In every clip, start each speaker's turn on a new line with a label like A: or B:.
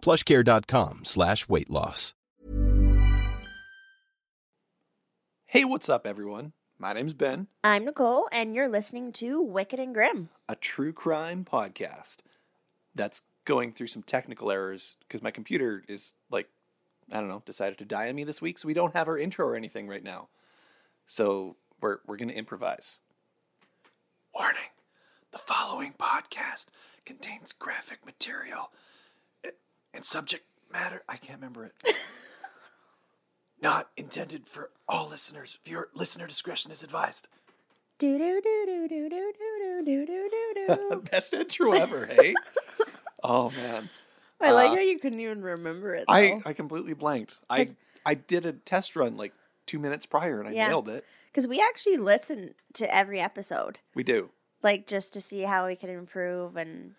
A: Plushcare.com slash weight loss.
B: Hey, what's up, everyone? My name's Ben,
C: I'm Nicole, and you're listening to Wicked and Grim.
B: a true crime podcast that's going through some technical errors because my computer is like, I don't know, decided to die on me this week, so we don't have our intro or anything right now. So we're we're gonna improvise. Warning: the following podcast contains graphic material eh, and subject matter. I can't remember it. Not intended for all listeners. Viewer listener discretion is advised.
C: Do do do do do do do do do do do do.
B: Best intro ever, hey? oh man,
C: I like
B: Uh,
C: how you couldn't even remember it. Though.
B: I I completely blanked. I
C: It's-
B: I did a test run like two minutes prior and I
C: Yeah.
B: nailed it.
C: because we actually listen to every episode,
B: We do.
C: like just to see how we can improve and,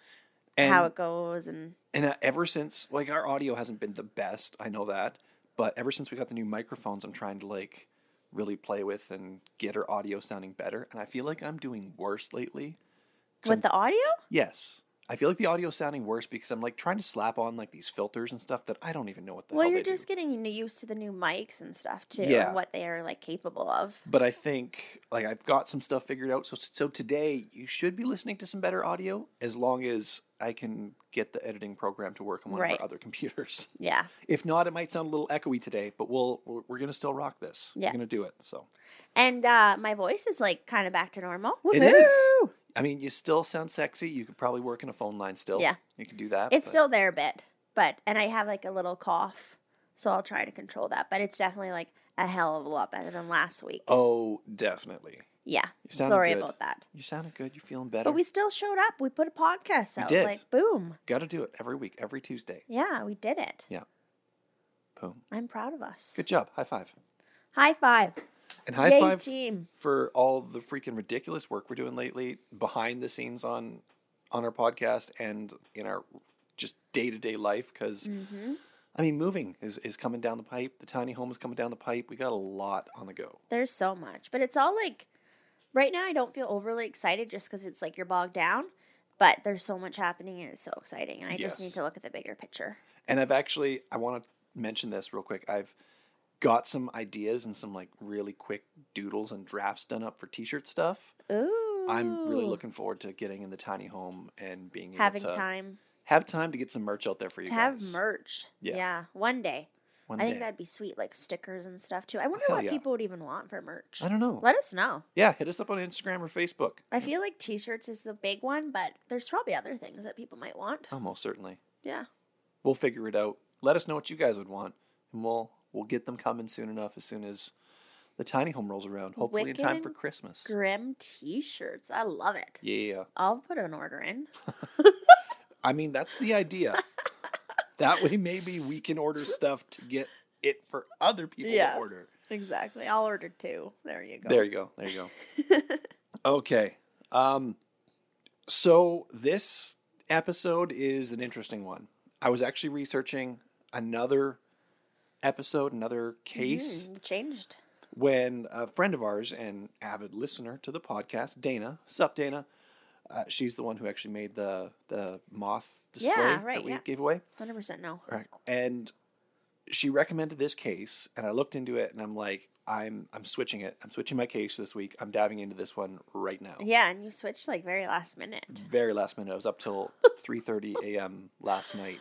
B: And
C: how it goes. And
B: and uh, ever since like our audio hasn't been the best, I know that, but ever since we got the new microphones, I'm trying to like really play with and get our audio sounding better. And I feel like I'm doing worse lately.
C: with the audio,
B: Yes. I feel like the audio's sounding worse because I'm like trying to slap on like these filters and stuff that I don't even know what the
C: well,
B: hell
C: you're
B: they do.
C: just getting used to the new mics and stuff too,
B: Yeah.
C: and what they are like capable of.
B: but I think like I've got some stuff figured out. So so today you should be listening to some better audio as long as I can get the editing program to work on one of
C: Right.
B: our other computers.
C: Yeah,
B: If not, it might sound a little echoey today, but we'll we're, we're gonna still rock this.
C: Yeah.
B: We're gonna do it. So
C: and uh, my voice is like kind of back to normal.
B: It is.
C: Woohoo!
B: I mean, you still sound sexy. You could probably work in a phone line still.
C: Yeah.
B: you could do that.
C: It's
B: but-
C: still there a bit, but and I have like a little cough, so I'll try to control that. But it's definitely like a hell of a lot better than last week.
B: oh definitely.
C: yeah,
B: You sounded
C: sorry
B: good.
C: about that.
B: You sounded good. You're feeling better.
C: But we still showed up. We put a podcast
B: We
C: out.
B: did.
C: Like boom,
B: got to do it every week, every Tuesday.
C: yeah, we did it.
B: Boom.
C: I'm proud of us.
B: Good job. High five.
C: High five.
B: And high
C: Yay,
B: five
C: team.
B: for all the freaking ridiculous work we're doing lately behind the scenes on on our podcast and in our just day-to-day life because
C: hmm
B: i mean moving is, is coming down the pipe the tiny home is coming down the pipe we got a lot on the go
C: There's so much, but it's all like right now. I don't feel overly excited just because it's like you're bogged down. But there's so much happening and it's so exciting, and I just need
B: Yes.
C: to look at the bigger picture.
B: and i've actually i want to mention this real quick i've got some ideas and some like really quick doodles and drafts done up for t-shirt stuff
C: Ooh,
B: i'm really looking forward to getting in the tiny home and being able
C: having
B: to
C: time.
B: have time to get some merch out there for you
C: to
B: guys
C: have merch.
B: Yeah.
C: Yeah. one day.
B: one
C: I think
B: day.
C: that'd be sweet, like stickers and stuff too. I wonder
B: Hell
C: what
B: yeah.
C: people would even want for merch.
B: i don't know
C: Let us know.
B: yeah hit us up on instagram or facebook
C: I feel like T-shirts is the big one, but there's probably other things that people might want.
B: Oh, most certainly.
C: Yeah,
B: We'll figure it out. Let us know what you guys would want, and we'll we'll get them coming soon enough. As soon as the tiny home rolls around, hopefully
C: Wicked
B: in time for
C: and
B: Christmas.
C: grim T-shirts. I love it.
B: yeah,
C: I'll put an order in.
B: I mean that's the idea. that way, maybe we can order stuff to get it for other people
C: Yeah.
B: to order.
C: Exactly. I'll order two. There you go.
B: There you go. There you go. okay. Um, so this episode is an interesting one. I was actually researching another episode, another case.
C: Mm, changed.
B: when a friend of ours and avid listener to the podcast, Dana, sup Dana, uh, she's the one who actually made the the moth display
C: Yeah,
B: that
C: right,
B: we
C: yeah.
B: gave away,
C: Hundred percent no.
B: right? And she recommended this case, and I looked into it, and I'm like, I'm I'm switching it. I'm switching my case this week. I'm diving into this one right now.
C: Yeah, and you switched like very last minute.
B: Very last minute. I was up till 3:30 a.m. last night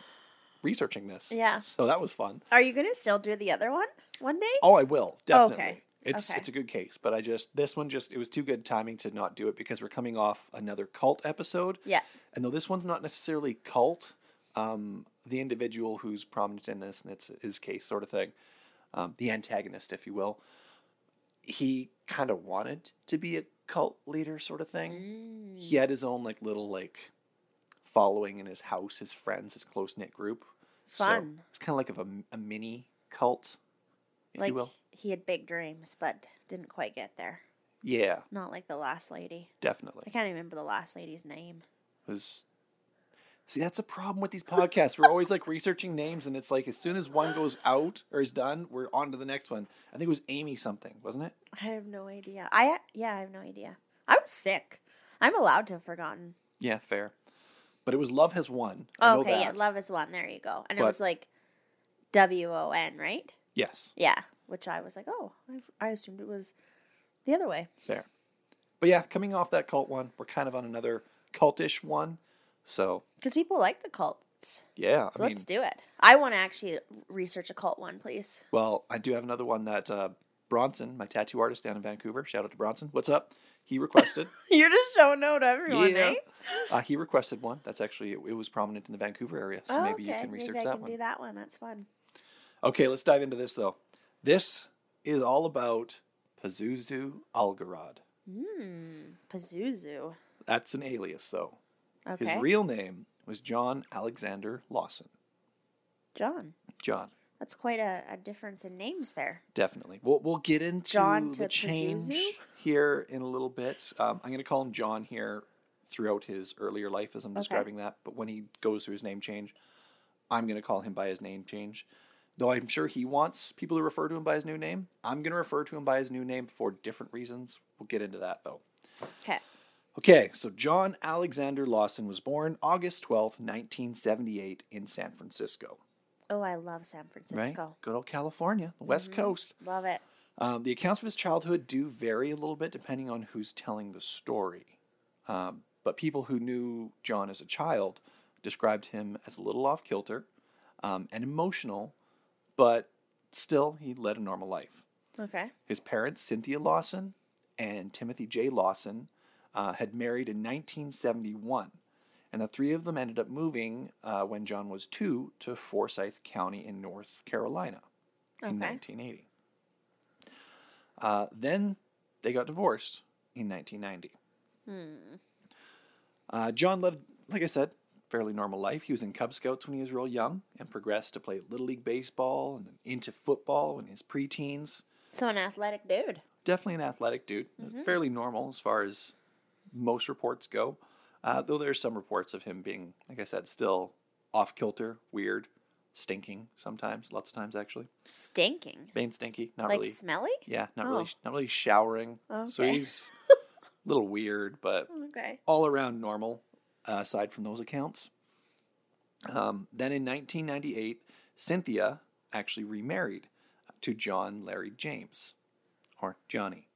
B: researching this.
C: Yeah.
B: So that was fun.
C: Are you gonna still do the other one one day?
B: Oh, I will definitely.
C: Okay.
B: It's
C: Okay.
B: it's a good case, but I just this one just it was too good timing to not do it because we're coming off another cult episode,
C: Yeah.
B: and though this one's not necessarily cult, um, the individual who's prominent in this and it's his case sort of thing, um, the antagonist, if you will, he kind of wanted to be a cult leader sort of thing.
C: Mm.
B: He had his own like little like following in his house, his friends, his close knit group. So
C: Fun.
B: it's kind of like of a, a mini cult, if
C: like
B: you will.
C: he had big dreams, but didn't quite get there.
B: Yeah,
C: Not like the last lady. I
B: definitely.
C: can't even remember the last lady's name.
B: Was see that's a problem with these podcasts. We're always like researching names, and it's like as soon as one goes out or is done, we're on to the next one. I think it was Amy something, wasn't it?
C: I have no idea. I yeah, I have no idea. I was sick. I'm allowed to have forgotten.
B: Yeah, fair. But it was Love Has Won. I know
C: Okay, yeah,
B: that.
C: love is one. There you go. And it
B: But-
C: was like W O N, right?
B: Yes,
C: Yeah, which I was like, oh, I, I assumed it was the other way.
B: fair. But yeah, coming off that cult one, we're kind of on another cultish one. So
C: Because people like the cults.
B: yeah,
C: So
B: I mean,
C: let's do it. I want to actually research a cult one, please.
B: Well, I do have another one that uh, Bronson, my tattoo artist down in Vancouver, shout out to Bronson. What's up? He requested.
C: You're just showing no to everyone,
B: Yeah.
C: right?
B: uh, he requested one. That's actually it, was prominent in the Vancouver area, so
C: Oh,
B: maybe you
C: okay.
B: can research
C: maybe
B: that
C: I can
B: one.
C: do that one. That's fun.
B: Okay, let's dive into this though. This is all about Pazuzu Algarad.
C: Hmm. Pazuzu.
B: That's an alias though.
C: Okay.
B: His real name was John Alexander Lawson.
C: John.
B: John,
C: That's quite a, a difference in names there.
B: definitely. We'll we'll get into
C: John
B: the
C: to
B: change
C: Pazuzu?
B: here in a little bit. Um, I'm going to call him John here throughout his earlier life as I'm
C: Okay.
B: describing that. But when he goes through his name change, I'm going to call him by his name change. Though I'm sure he wants people to refer to him by his new name, I'm going to refer to him by his new name for different reasons. We'll get into that though.
C: Okay.
B: Okay, so John Alexander Lawson was born August 12th, 1978, in San Francisco.
C: Oh, I love San Francisco. Mm-hmm.
B: Good old California, the West Coast.
C: Love it.
B: Um, the accounts of his childhood do vary a little bit depending on who's telling the story. Um, but people who knew John as a child described him as a little off kilter um, and emotional, but still he led a normal life.
C: Okay.
B: His parents, Cynthia Lawson and Timothy J. Lawson, uh, had married in 1971. And the three of them ended up moving uh, when John was two to Forsyth County in North Carolina in
C: Okay.
B: 1980. Uh, then they got divorced in 1990. Uh, John led, like I said, fairly normal life. He was in Cub Scouts when he was real young and progressed to play Little League Baseball and then into football in his preteens
C: So an athletic dude.
B: definitely an athletic dude,
C: Mm-hmm.
B: fairly normal as far as most reports go. Uh, though there's some reports of him being, like I said, still off kilter, weird, stinking sometimes, lots of times actually,
C: Stinking.
B: being stinky, not
C: like
B: really,
C: smelly?
B: yeah, not
C: Oh.
B: really, not really showering. So
C: Okay.
B: he's a little weird, but
C: Oh, Okay.
B: all around normal, uh, aside from those accounts. Um, then in 1998, Cynthia actually remarried to John Larry James, or Johnny.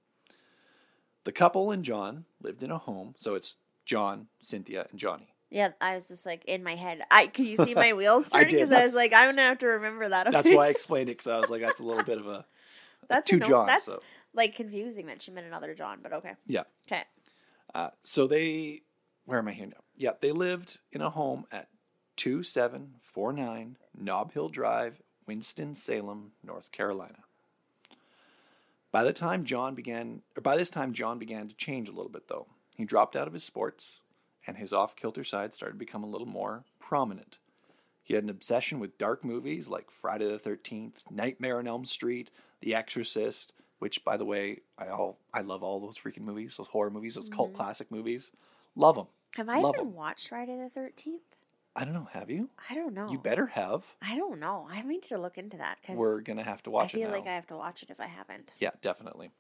B: The couple and John lived in a home, so it's John, Cynthia, and Johnny.
C: Yeah, I was just like in my head. I could you see my wheels
B: I
C: turning
B: did.
C: because I, was like, I'm gonna have to remember that.
B: That's why I explained it because I was like, that's a little bit of a
C: that's
B: two
C: an old-
B: Johns,
C: That's
B: so-
C: like confusing that she meant another John, but okay.
B: yeah.
C: Okay.
B: Uh, so they, where am I here now? Yeah, they lived in a home at 2749 Nob Hill Drive, Winston-Salem, North Carolina. By the time John began, or by this time John began to change a little bit though. He dropped out of his sports, and his off-kilter side started to become a little more prominent. He had an obsession with dark movies like Friday the Thirteenth, Nightmare on Elm Street, The Exorcist, which, by the way, I all I love all those freaking movies, those horror movies, those
C: Mm-hmm.
B: cult classic movies. Love them.
C: Have I
B: Love
C: even
B: 'em.
C: watched Friday the Thirteenth?
B: I don't know. Have you?
C: I don't know.
B: You better have.
C: I don't know. I need to look into that because
B: We're gonna have to
C: I
B: watch
C: feel
B: it now.
C: like I have to watch it if I haven't.
B: Yeah, definitely.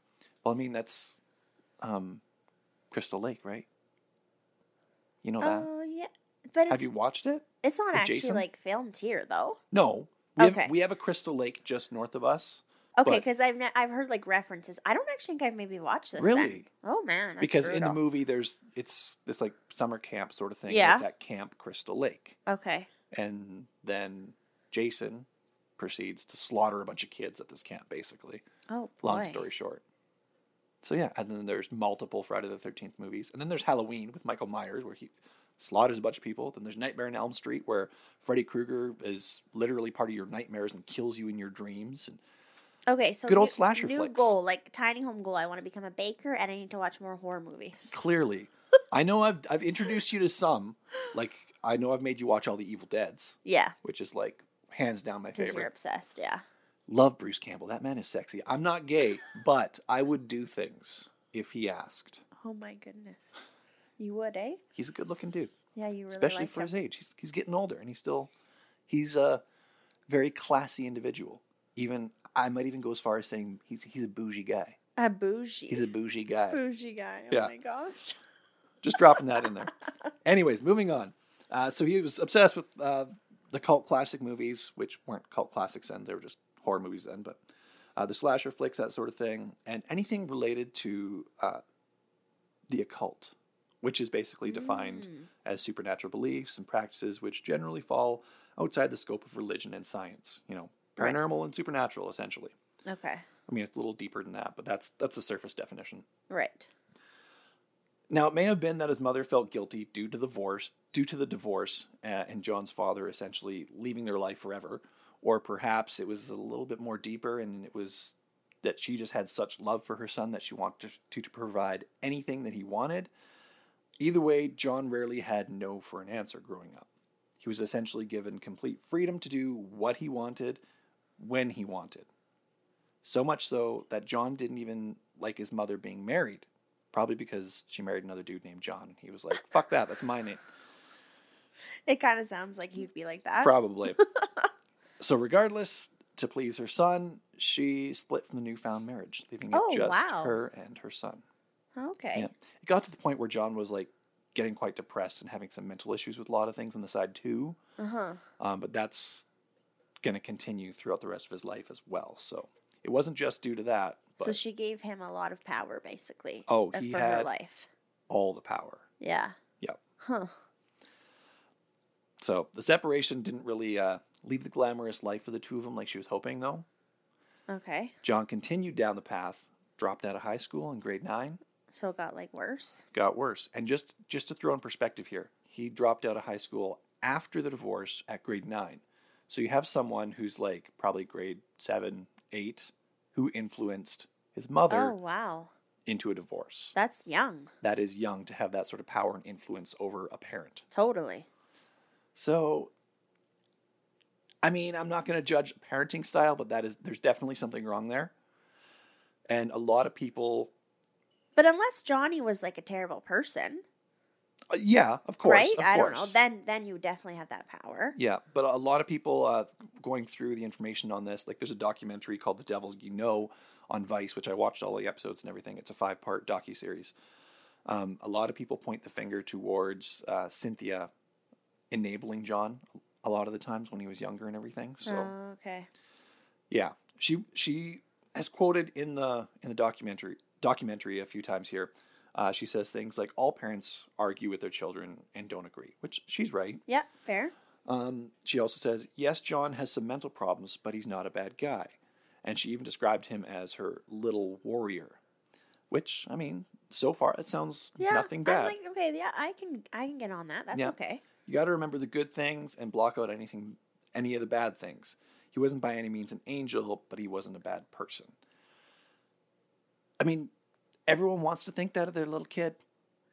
B: Well, I mean that's, um, Crystal Lake, right? You know that.
C: Oh yeah, but
B: have
C: it's,
B: you watched it?
C: it's not
B: with
C: actually
B: Jason?
C: like filmed here though.
B: No. We
C: Okay.
B: Have, we have a Crystal Lake just north of us.
C: Okay,
B: But-
C: because I've ne- I've heard like references. I don't actually think I've maybe watched this. then.
B: Really?
C: Oh man. that's
B: because in the
C: brutal.
B: movie there's it's this like summer camp sort of thing. and
C: Yeah.
B: It's at Camp Crystal Lake.
C: Okay.
B: And then Jason proceeds to slaughter a bunch of kids at this camp, basically.
C: Oh boy.
B: Long story short. So yeah, and then there's multiple Friday the thirteenth movies. And then there's Halloween with Michael Myers where he slaughters a bunch of people. Then there's Nightmare on Elm Street where Freddy Krueger is literally part of your nightmares and kills you in your dreams and
C: Okay, so
B: Good old
C: new-
B: slasher
C: new
B: flicks.
C: goal, like tiny home goal. I want to become a baker, and I need to watch more horror movies.
B: clearly. I know I've I've introduced you to some. Like I know I've made you watch all the Evil Deads.
C: Yeah,
B: which is like hands down my
C: because you're
B: favorite.
C: obsessed. Yeah,
B: Love Bruce Campbell. That man is sexy. I'm not gay, but I would do things if he asked.
C: Oh my goodness. You would, eh?
B: He's a good looking dude,
C: Yeah, you really
B: especially
C: like
B: for
C: him.
B: his age. He's, he's getting older and he's still, he's a very classy individual. Even, I might even go as far as saying he's, he's a bougie guy.
C: a bougie.
B: He's a bougie guy.
C: bougie guy. Oh
B: Yeah.
C: my gosh.
B: Just dropping that in there. Anyways, moving on. Uh, so he was obsessed with uh, the cult classic movies, which weren't cult classics then; they were just horror movies then. But uh, the slasher flicks, that sort of thing, and anything related to uh, the occult, which is basically defined
C: Mm.
B: as supernatural beliefs and practices which generally fall outside the scope of religion and science. You know,
C: Right.
B: paranormal and supernatural, essentially.
C: Okay.
B: I mean, it's a little deeper than that, but that's that's the surface definition.
C: Right.
B: Now, it may have been that his mother felt guilty due to the divorce, due to the divorce, uh, and John's father essentially leaving their life forever, or perhaps it was a little bit more deeper, and it was that she just had such love for her son that she wanted to, to provide anything that he wanted. Either way, John rarely had no for an answer growing up. He was essentially given complete freedom to do what he wanted when he wanted. So much so that John didn't even like his mother being married, probably because she married another dude named John. and He was like, fuck that, that's my name.
C: It kind of sounds
B: Mm.
C: like he'd be like that.
B: Probably. so, regardless, to please her son, she split from the newfound marriage, leaving it
C: Oh,
B: just
C: wow.
B: her and her son.
C: Okay.
B: Yeah. It got to the point where John was like getting quite depressed and having some mental issues with a lot of things on the side too.
C: Uh huh.
B: Um, but that's going to continue throughout the rest of his life as well. So, it wasn't just due to that, but
C: So she gave him a lot of power, basically.
B: Oh,
C: uh,
B: he
C: for her
B: had-
C: life.
B: all the power.
C: Yeah.
B: Yep.
C: Huh.
B: So the separation didn't really uh, leave the glamorous life for the two of them like she was hoping, though.
C: Okay.
B: John continued down the path, dropped out of high school in grade nine,
C: So it got like worse.
B: got worse. And just just to throw in perspective here, he dropped out of high school after the divorce at grade nine. So you have someone who's like probably grade seven, eight, who influenced his mother
C: Oh wow,
B: into a divorce.
C: that's young.
B: That is young to have that sort of power and influence over a parent.
C: Totally.
B: So, I mean, I'm not going to judge parenting style, but that is there's definitely something wrong there. And a lot of people,
C: But unless Johnny was like a terrible person,
B: uh, yeah, of course,
C: right?
B: of
C: I don't
B: course.
C: know. Then then you definitely have that power.
B: yeah, but a lot of people uh, going through the information on this, like there's a documentary called "The Devil You Know" on Vice, which I watched all the episodes and everything. It's a five part docu series. Um, a lot of people point the finger towards uh, Cynthia enabling John a lot of the times when he was younger and everything. So.
C: Oh, okay.
B: Yeah, she she has quoted in the in the documentary documentary a few times here. Uh, she says things like all parents argue with their children and don't agree, which she's right.
C: Yeah. Fair.
B: Um, she also says yes, John has some mental problems, but he's not a bad guy, and she even described him as her little warrior, which I mean, so far it sounds
C: Yeah.
B: nothing bad.
C: I'm like, okay. Yeah, I can I can get on that. That's
B: Yeah.
C: okay.
B: You got to remember the good things and block out anything, any of the bad things. He wasn't by any means an angel, but he wasn't a bad person. I mean, everyone wants to think that of their little kid,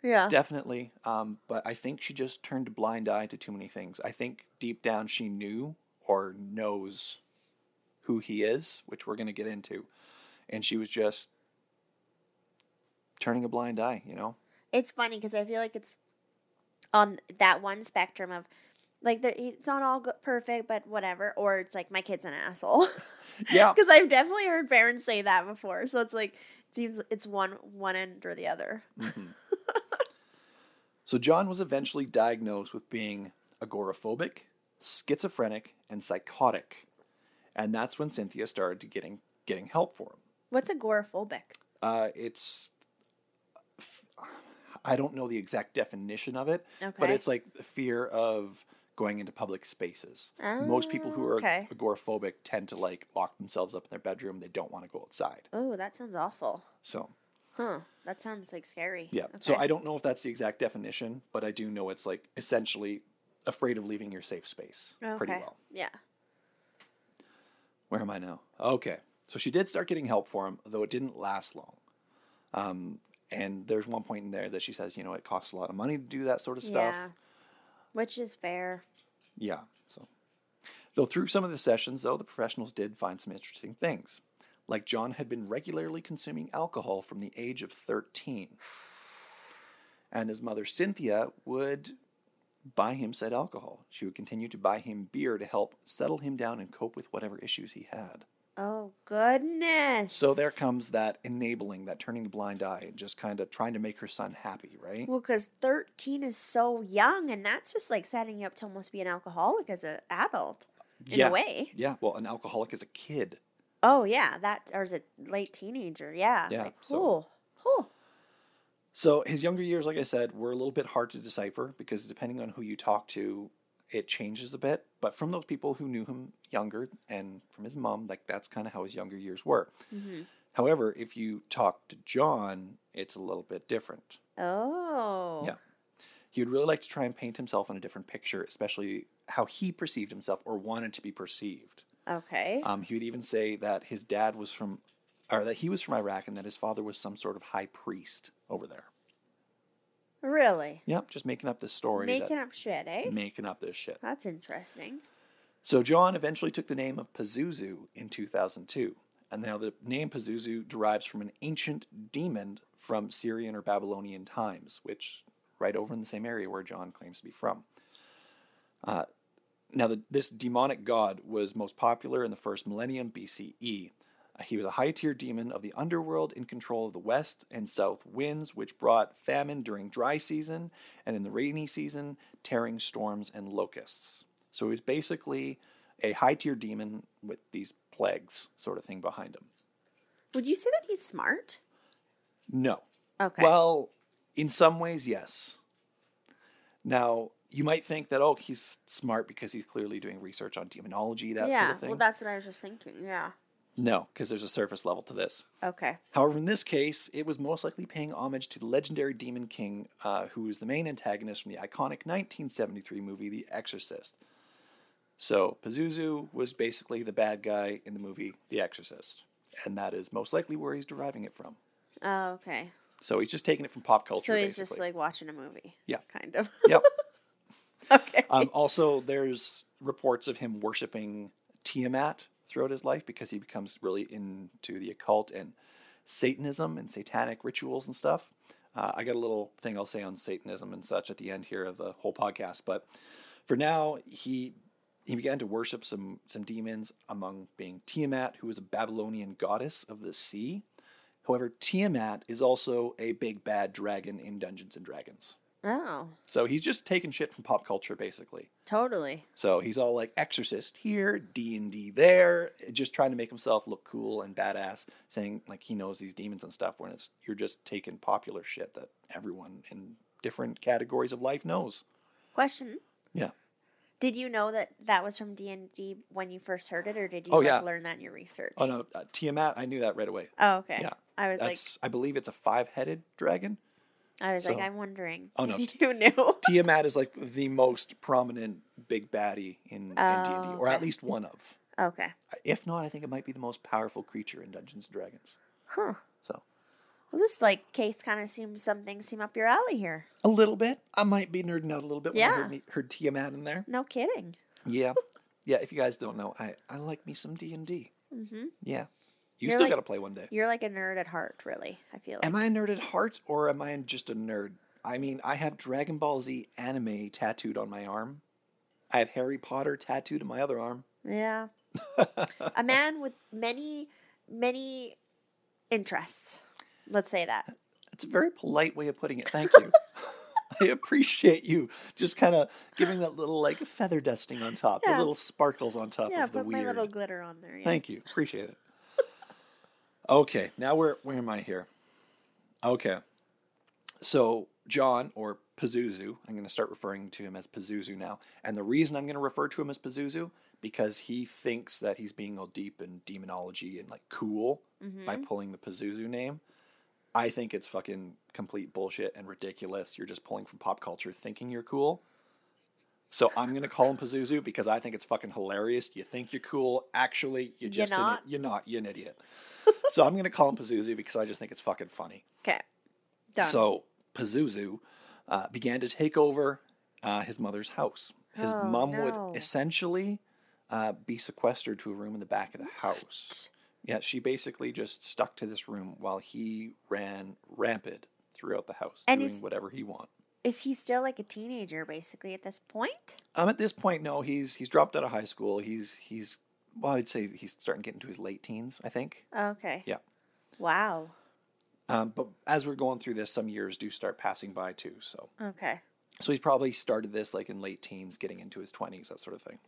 C: Yeah.
B: definitely. Um, but I think she just turned a blind eye to too many things. I think deep down she knew or knows who he is, which we're going to get into. And she was just turning a blind eye, you know?
C: it's funny because I feel like it's on that one spectrum of like there, it's not all good, perfect, but whatever. Or it's like my kid's an asshole.
B: Yeah.
C: because I've definitely heard parents say that before. So it's like it seems it's one one end or the other.
B: Mhm. so John was eventually diagnosed with being agoraphobic, schizophrenic, and psychotic, and that's when Cynthia started to getting getting help for him.
C: What's agoraphobic?
B: Uh, it's I don't know the exact definition of it,
C: Okay.
B: but it's like the fear of going into public spaces. Most people who are
C: Oh, okay.
B: agoraphobic tend to like lock themselves up in their bedroom. They don't want to go outside.
C: Oh, that sounds awful.
B: So
C: Huh. That sounds like scary.
B: Yeah. So I don't know if that's the exact definition, but I do know it's like essentially afraid of leaving your safe space pretty well.
C: Yeah.
B: Where am I now? Okay. So she did start getting help for him, though it didn't last long. Um, and there's one point in there that she says, you know, it costs a lot of money to do that sort of stuff.
C: Yeah. Which is fair.
B: Yeah. So Though through some of the sessions, though, the professionals did find some interesting things. Like John had been regularly consuming alcohol from the age of 13. And his mother, Cynthia, would buy him said alcohol. She would continue to buy him beer to help settle him down and cope with whatever issues he had.
C: Oh goodness.
B: So there comes that enabling, that turning the blind eye, and just kind of trying to make her son happy, right?
C: Well, because thirteen is so young, and that's just like setting you up to almost be an alcoholic as an adult, in
B: yeah.
C: a way.
B: Yeah, well, an alcoholic is a kid.
C: Oh yeah, that or as a late teenager, yeah.
B: Yeah,
C: Like,
B: so-
C: oh, oh,
B: So his younger years, like I said, were a little bit hard to decipher because depending on who you talk to, it changes a bit. But from those people who knew him younger and from his mom, like that's kind of how his younger years were.
C: Mhm.
B: However, if you talk to John, it's a little bit different.
C: oh.
B: Yeah. He would really like to try and paint himself in a different picture, especially how he perceived himself or wanted to be perceived.
C: Okay.
B: Um, he would even say that his dad was from, or that he was from Iraq and that his father was some sort of high priest over there.
C: really.
B: Yep, just making up this story. that- Mm.
C: Making up shit, eh?
B: making up this shit.
C: That's interesting.
B: So John eventually took the name of Pazuzu in 2002. And now the name Pazuzu derives from an ancient demon from Syrian or Babylonian times, which right over in the same area where John claims to be from. Uh, now, the, this demonic god was most popular in the first millennium BCE. Uh, He was a high tier demon of the underworld in control of the west and south winds, which brought famine during dry season and in the rainy season, tearing storms and locusts. So he was basically a high tier demon with these plagues sort of thing behind him.
C: Would you say that he's smart?
B: No.
C: Okay.
B: Well, in some ways, yes. Now, you might think that, oh, he's smart because he's clearly doing research on demonology, that
C: yeah.
B: sort of thing.
C: Well, that's what I was just thinking. Yeah.
B: No, because there's a surface level to this.
C: Okay.
B: However, in this case, it was most likely paying homage to the legendary Demon King, uh, who is the main antagonist from the iconic 1973 movie The Exorcist. So, Pazuzu was basically the bad guy in the movie The Exorcist, and that is most likely where he's deriving it from.
C: Oh, okay.
B: So, he's just taking it from pop culture.
C: so he's
B: basically.
C: just like watching a movie.
B: Yeah.
C: Kind of.
B: yep.
C: okay.
B: Um, also, there's reports of him worshiping Tiamat throughout his life because he becomes really into the occult and Satanism and satanic rituals and stuff. Uh, I got a little thing I'll say on Satanism and such at the end here of the whole podcast, but for now, he he began to worship some some demons, among being Tiamat, who is a Babylonian goddess of the sea. However, Tiamat is also a big bad dragon in Dungeons and Dragons.
C: oh,
B: So he's just taking shit from pop culture, basically.
C: totally.
B: So he's all like Exorcist here, D and D there, just trying to make himself look cool and badass, saying like he knows these demons and stuff. When it's you're just taking popular shit that everyone in different categories of life knows.
C: Question.
B: Yeah.
C: Did you know that that was from D and D when you first heard it, or did you
B: Oh,
C: like,
B: yeah.
C: learn that in your research?
B: Oh no, uh, Tiamat. I knew that right away.
C: Oh, okay.
B: Yeah.
C: I was
B: That's I believe it's a five-headed dragon.
C: like, I was
B: so-
C: like, I'm wondering.
B: Oh, no.
C: if you knew.
B: Tiamat is like the most prominent big baddie in, in D and D,
C: Oh,
B: or at
C: okay.
B: least one of.
C: okay.
B: If not, I think it might be the most powerful creature in Dungeons and Dragons.
C: Huh.
B: So
C: Well, this like case kind of seems some things seem up your alley here.
B: A little bit. I might be nerding out a little bit when I
C: Yeah.
B: heard, me- heard Tiamat in there.
C: No kidding.
B: Yeah. Yeah, if you guys don't know, I, I like me some D&D.
C: hmm
B: Yeah. You
C: You're
B: still
C: like-
B: got to play one day.
C: You're like a nerd at heart, really. I feel like.
B: Am I a nerd at heart or am I just a nerd? I mean, I have Dragon Ball Z anime tattooed on my arm. I have Harry Potter tattooed on my other arm.
C: Yeah. a man with many, many interests. Let's say that.
B: It's a very polite way of putting it. Thank you. I appreciate you just kind of giving that little like feather dusting on top, the
C: Yeah.
B: little sparkles on top
C: yeah,
B: of the
C: put
B: weird.
C: my little glitter on there. Yeah.
B: Thank you. Appreciate it. okay, now where where am I here? Okay. So John or Pazuzu, I'm going to start referring to him as Pazuzu now. And the reason I'm going to refer to him as Pazuzu because he thinks that he's being all deep in demonology and like cool
C: Mm-hmm.
B: by pulling the Pazuzu name. I think it's fucking complete bullshit and ridiculous. You're just pulling from pop culture thinking you're cool. So I'm going to call him Pazuzu because I think it's fucking hilarious. You think you're cool. Actually, you're
C: You're
B: just, an,
C: not.
B: you're not. You're an idiot. so I'm going to call him Pazuzu because I just think it's fucking funny.
C: Okay. Done.
B: So Pazuzu uh, began to take over uh, his mother's house. His
C: Oh,
B: mom
C: no.
B: would essentially uh, be sequestered to a room in the back of the house. Yeah, she basically just stuck to this room while he ran rampant throughout the house,
C: And
B: doing
C: is-
B: whatever he want.
C: Is he still like a teenager basically at this point?
B: Um, at this point, no, he's he's dropped out of high school. He's he's well, I'd say he's starting to get into his late teens, I think.
C: Okay.
B: Yeah.
C: Wow.
B: Um, but as we're going through this, some years do start passing by too. So
C: Okay.
B: So he's probably started this like in late teens, getting into his 20s, that sort of thing.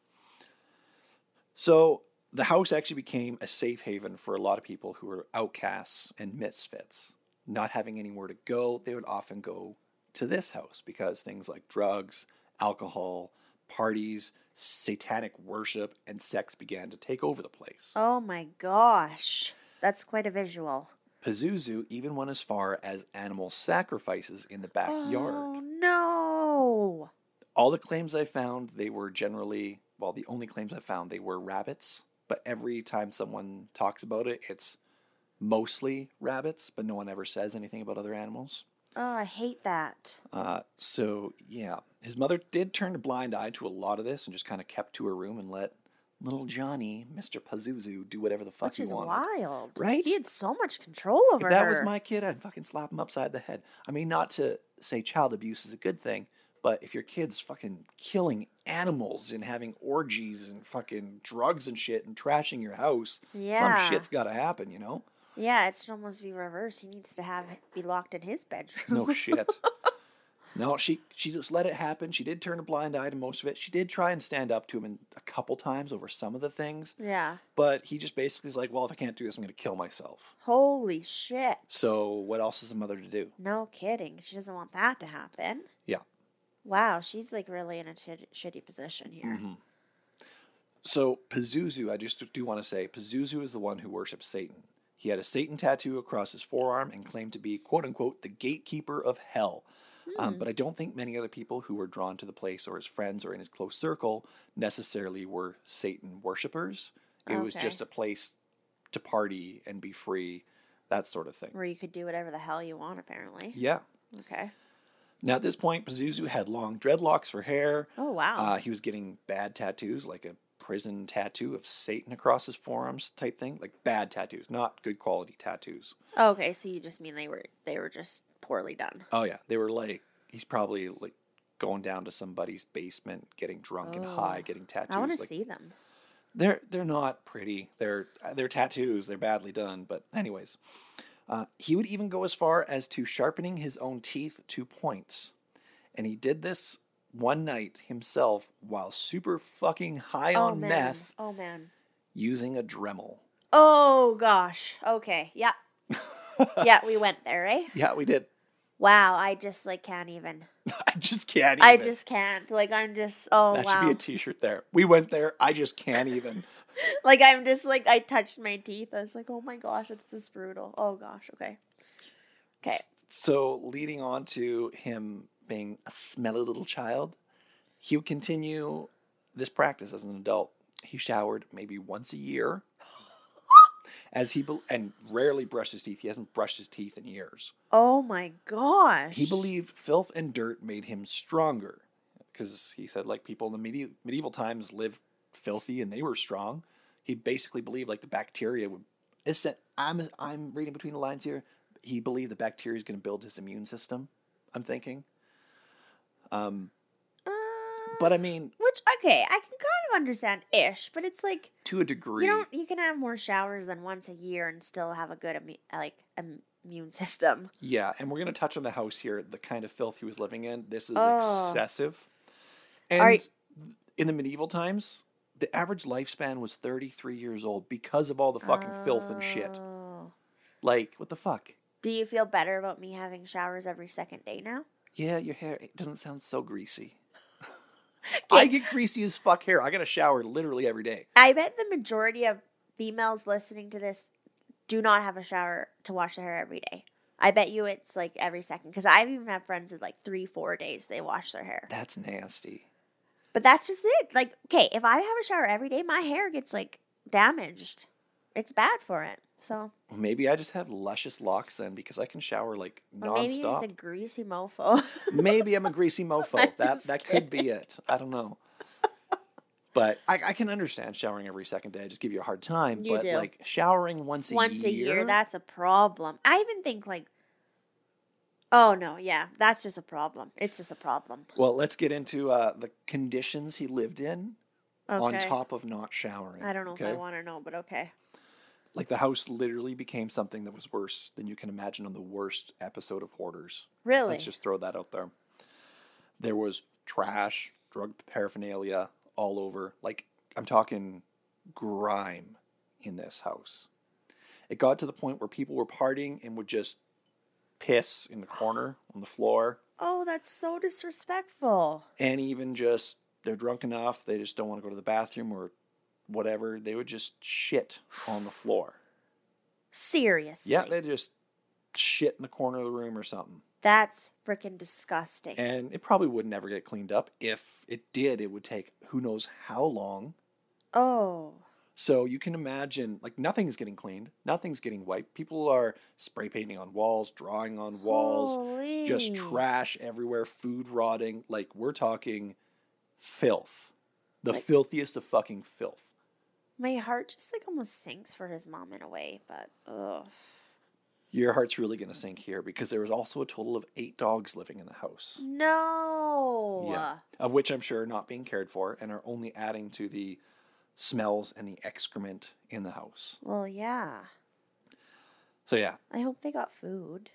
B: So the house actually became a safe haven for a lot of people who were outcasts and misfits. Not having anywhere to go, they would often go to this house because things like drugs, alcohol, parties, satanic worship, and sex began to take over the place.
C: Oh my gosh. That's quite a visual.
B: Pazuzu even went as far as animal sacrifices in the backyard.
C: Oh no.
B: all the claims I found, they were generally, well, the only claims I found, they were rabbits. But every time someone talks about it, it's mostly rabbits, but no one ever says anything about other animals.
C: Oh, I hate that.
B: Uh, so, yeah. His mother did turn a blind eye to a lot of this and just kind of kept to her room and let little Johnny, Mr. Pazuzu, do whatever the fuck
C: Which
B: he
C: is
B: wanted.
C: wild.
B: Right?
C: He had so much control over
B: If that
C: her.
B: was my kid, I'd fucking slap him upside the head. I mean, not to say child abuse is a good thing, but if your kid's fucking killing animals and having orgies and fucking drugs and shit and trashing your house,
C: Yeah.
B: some shit's got to happen, you know?
C: Yeah, it should almost be reversed. He needs to have be locked in his bedroom.
B: No shit. no, she she just let it happen. She did turn a blind eye to most of it. She did try and stand up to him in, a couple times over some of the things,
C: Yeah.
B: but he just basically is like, "Well, if I can't do this, I'm going to kill myself."
C: Holy shit.
B: So, what else is a mother to do?
C: No kidding. She doesn't want that to happen.
B: Yeah.
C: Wow, she's like really in a shit- shitty position here.
B: Mhm. So Pazuzu, I just do want to say, Pazuzu is the one who worships Satan. He had a Satan tattoo across his forearm and claimed to be "quote unquote" the gatekeeper of hell. Um, but I don't think many other people who were drawn to the place, or his friends, or in his close circle, necessarily were Satan worshippers. It was
C: Okay.
B: just a place to party and be free, that sort of thing.
C: Where you could do whatever the hell you want, apparently.
B: Yeah.
C: Okay.
B: Now at this point, Pazuzu had long dreadlocks for hair.
C: Oh wow.
B: Uh, he was getting bad tattoos, like a prison tattoo of Satan across his forearms type thing. Like bad tattoos, not good quality tattoos.
C: Oh, okay, so you just mean they were they were just poorly done.
B: Oh, yeah. They were like, he's probably like going down to somebody's basement, getting drunk and
C: Oh.
B: high, getting tattoos.
C: I want to
B: like,
C: see them.
B: They're, they're not pretty. They're, they're tattoos. They're badly done. But, anyways, uh, he would even go as far as to sharpening his own teeth to points. And he did this one night himself while super fucking high
C: oh
B: on
C: man.
B: meth
C: Oh man.
B: using a Dremel.
C: Oh gosh. Okay. Yeah. yeah, we went there, eh?
B: Yeah, we did.
C: Wow, I just like can't even.
B: I just can't even.
C: I just can't. Like I'm just oh
B: that
C: wow.
B: should be a T-shirt. There, we went there. I just can't even.
C: like I'm just like I touched my teeth. I was like, oh my gosh, it's just brutal. Oh gosh, okay. Okay.
B: so leading on to him being a smelly little child, he would continue this practice as an adult. He showered maybe once a year, as he bel and rarely brushed his teeth. He hasn't brushed his teeth in years.
C: Oh my gosh.
B: He believed filth and dirt made him stronger because he said, like, people in the medi- medieval times lived filthy and they were strong. He basically believed, like, the bacteria would. It said, I'm, I'm reading between the lines here. He believed the bacteria is going to build his immune system, I'm thinking. Um,
C: Uh,
B: but I mean,
C: which okay, I can kind of understand ish, but it's like
B: to a degree,
C: you don't you can have more showers than once a year and still have a good immu- uh, like im- immune system.
B: yeah. And we're going to touch on the house here, the kind of filth he was living in. This is
C: Oh.
B: excessive. And
C: Are y-
B: in the medieval times, the average lifespan was 33 years old because of all the fucking filth and shit.
C: Oh.
B: Like, what the fuck?
C: Do you feel better about me having showers every second day now?
B: Yeah, your hair it doesn't sound so greasy. I get greasy as fuck hair. I got to shower literally every day.
C: I bet the majority of females listening to this do not have a shower to wash their hair every day. I bet you it's like every second because I even have friends that like three, four days they wash their hair.
B: That's nasty.
C: But that's just it. Like, okay, if I have a shower every day, my hair gets like damaged. It's bad for it. So
B: Well, maybe I just have luscious locks then because I can shower like
C: or maybe you're just a
B: nonstop.
C: greasy mofo.
B: Maybe I'm a greasy mofo.
C: I'm
B: that
C: just
B: that could be it. I don't know. But I, I can understand showering every second day. I just give you a hard time.
C: You
B: but
C: do.
B: like showering once a
C: once
B: year,
C: a year, that's a problem. I even think like, oh no, yeah, that's just a problem. It's just a problem.
B: Well, let's get into uh, the conditions he lived in
C: Okay.
B: on top of not showering.
C: I don't know if I
B: okay?
C: want to know, but okay.
B: Like the house literally became something that was worse than you can imagine on the worst episode of Hoarders.
C: Really?
B: Let's just throw that out there. There was trash, drug paraphernalia all over. Like, I'm talking grime in this house. It got to the point where people were partying and would just piss in the corner on the floor
C: oh, that's so disrespectful.
B: and even just they're drunk enough they just don't want to go to the bathroom or whatever they would just shit on the floor
C: Seriously.
B: yeah they just shit in the corner of the room or something
C: That's freaking disgusting.
B: and it probably would never get cleaned up if it did it would take who knows how long
C: oh.
B: so you can imagine like nothing's getting cleaned nothing's getting wiped people are spray painting on walls drawing on walls
C: Holy.
B: just trash everywhere, food rotting. Like we're talking filth, the
C: Like-
B: filthiest of fucking filth.
C: My heart just like almost sinks for his mom in a way, but ugh.
B: Your heart's really gonna sink here because there was also a total of eight dogs living in the house,
C: No.
B: Yeah. of which I'm sure are not being cared for and are only adding to the smells and the excrement in the house.
C: Well, yeah.
B: So yeah,
C: I hope they got food.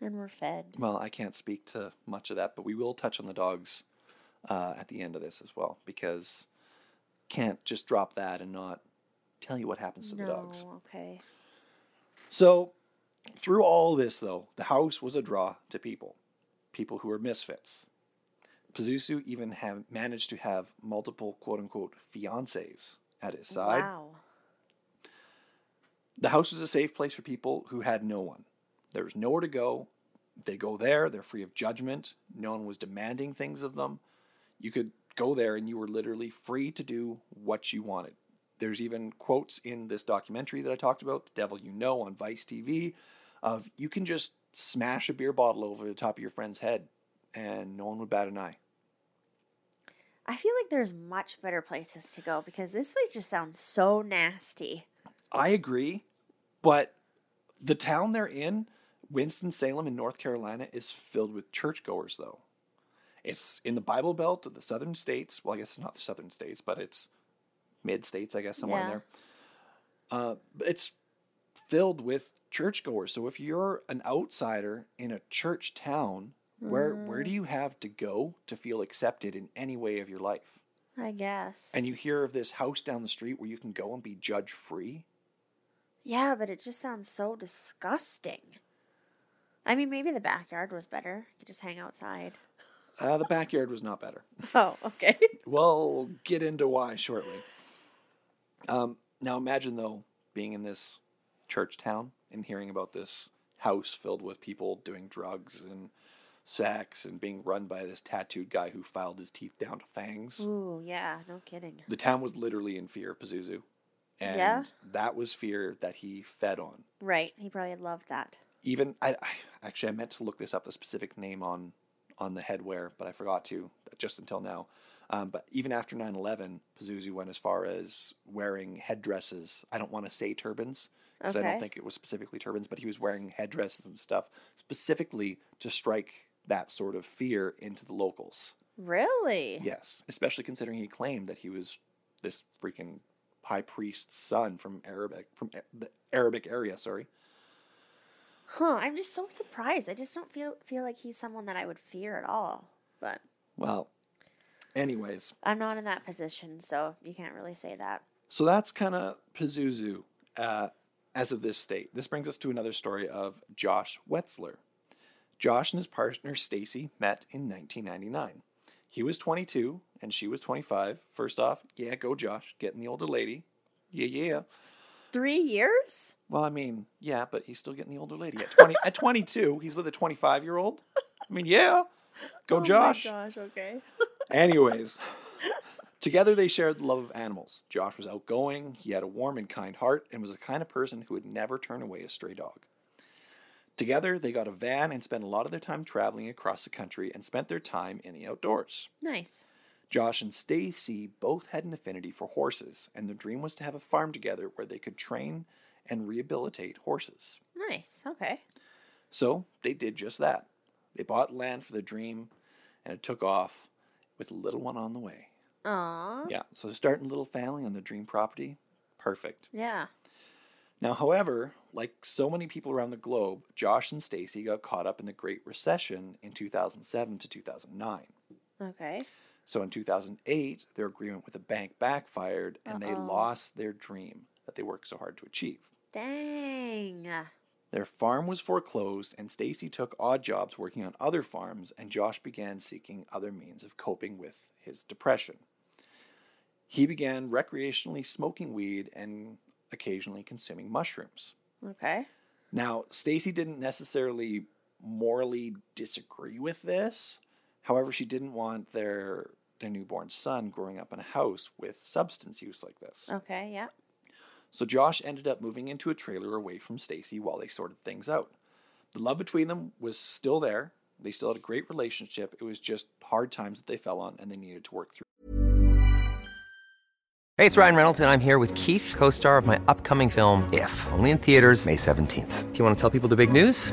C: And were fed.
B: well, I can't speak to much of that, but we will touch on the dogs uh, at the end of this as well because can't just drop that and not tell you what happens to
C: no,
B: the dogs.
C: okay.
B: So, through all this, though, the house was a draw to people, people who were misfits. Pazuzu even have managed to have multiple quote unquote fiancés at his side.
C: Wow.
B: The house was a safe place for people who had no one. There was nowhere to go. They go there, they're free of judgment. No one was demanding things of them. You could go there and you were literally free to do what you wanted. There's even quotes in this documentary that I talked about, The Devil You Know on Vice TV, of you can just smash a beer bottle over the top of your friend's head and no one would bat an eye.
C: I feel like there's much better places to go because this place just sounds so nasty.
B: I agree, but the town they're in, Winston-Salem in North Carolina, is filled with churchgoers, though. It's in the Bible Belt of the southern states. Well, I guess it's not the southern states, but it's mid states, I guess, somewhere in
C: Yeah.
B: there. Uh, but it's filled with churchgoers. So if you're an outsider in a church town, where where do you have to go to feel accepted in any way of your life?
C: I guess.
B: And you hear of this house down the street where you can go and be judge free.
C: Yeah, but it just sounds so disgusting. I mean, maybe the backyard was better. You could just hang outside.
B: Uh, the backyard was not better.
C: Oh, okay.
B: We'll get into why shortly. Um, now imagine though being in this church town and hearing about this house filled with people doing drugs and sex and being run by this tattooed guy who filed his teeth down to fangs.
C: Ooh, yeah, no kidding.
B: The town was literally in fear of Pazuzu, and
C: Yeah.
B: that was fear that he fed on.
C: Right, he probably loved that.
B: Even I, I actually I meant to look this up the specific name on on the headwear, but I forgot to just until now. Um, but even after 9 11, Pazuzu went as far as wearing headdresses. I don't want to say turbans because I don't
C: Okay.
B: think it was specifically turbans, but he was wearing headdresses and stuff specifically to strike that sort of fear into the locals.
C: Really?
B: Yes, especially considering he claimed that he was this freaking high priest's son from Arabic, from A- the Arabic area, sorry.
C: Huh, I'm just so surprised. I just don't feel feel like he's someone that I would fear at all. But
B: Well, anyways,
C: I'm not in that position, so you can't really say that.
B: So that's kind of Pazuzu uh, as of this state. This brings us to another story of Josh Wetzler. Josh and his partner Stacy met in 1999. He was 22 and she was 25. First off, yeah, go Josh, getting the older lady. Yeah, yeah.
C: Three years?
B: Well, I mean, yeah, but he's still getting the older lady at 20. at 22, he's with a 25 year old. I mean, yeah, go
C: oh
B: Josh.
C: My gosh, okay.
B: Anyways, together they shared the love of animals. Josh was outgoing, he had a warm and kind heart, and was the kind of person who would never turn away a stray dog. Together, they got a van and spent a lot of their time traveling across the country and spent their time in the outdoors.
C: Nice.
B: Josh and Stacy both had an affinity for horses, and their dream was to have a farm together where they could train and rehabilitate horses.
C: Nice. Okay.
B: So they did just that. They bought land for the dream, and it took off with a little one on the way.
C: Aw.
B: Yeah, so starting a little family on the dream property, perfect.
C: Yeah.
B: Now, however, like so many people around the globe, Josh and Stacy got caught up in the Great Recession in 2007 to 2009.
C: Okay.
B: So in 2008, their agreement with the bank backfired and they
C: Uh-oh.
B: lost their dream that they worked so hard to achieve.
C: Dang.
B: Their farm was foreclosed and Stacy took odd jobs working on other farms and Josh began seeking other means of coping with his depression. He began recreationally smoking weed and occasionally consuming mushrooms.
C: Okay.
B: Now, Stacy didn't necessarily morally disagree with this. However, she didn't want their their newborn son growing up in a house with substance use like this.
C: Okay. Yeah.
B: So Josh ended up moving into a trailer away from Stacy while they sorted things out. The love between them was still there. They still had a great relationship. It was just hard times that they fell on and they needed to work through.
D: Hey, it's Ryan Reynolds, and I'm here with Keith, co star of my upcoming film, If, only in theaters, May 17th. Do you want to tell people the big news?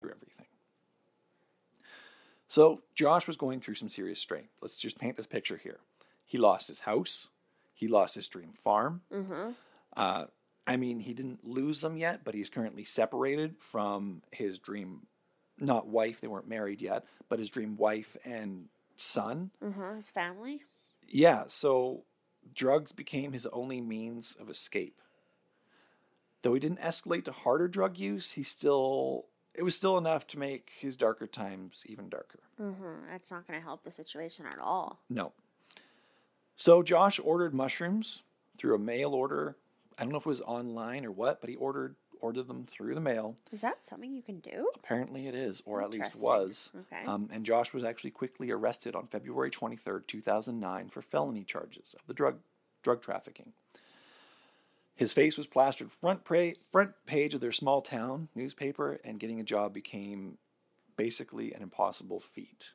B: through everything. So Josh was going through some serious strain. Let's just paint this picture here. He lost his house. He lost his dream farm.
C: Mm-hmm.
B: Uh, I mean, he didn't lose them yet, but he's currently separated from his dream, not wife, they weren't married yet, but his dream wife and son.
C: Mm-hmm. His family.
B: Yeah, so drugs became his only means of escape. Though he didn't escalate to harder drug use, he still it was still enough to make his darker times even darker.
C: Mm-hmm. That's not going to help the situation at all.
B: No. So Josh ordered mushrooms through a mail order. I don't know if it was online or what, but he ordered ordered them through the mail.
C: Is that something you can do?
B: Apparently it is, or at least
C: Interesting.
B: was.
C: Okay.
B: Um, and Josh was actually quickly arrested on February 23rd, 2009 for felony charges of the drug drug trafficking. His face was plastered front pra- front page of their small town newspaper and getting a job became basically an impossible feat.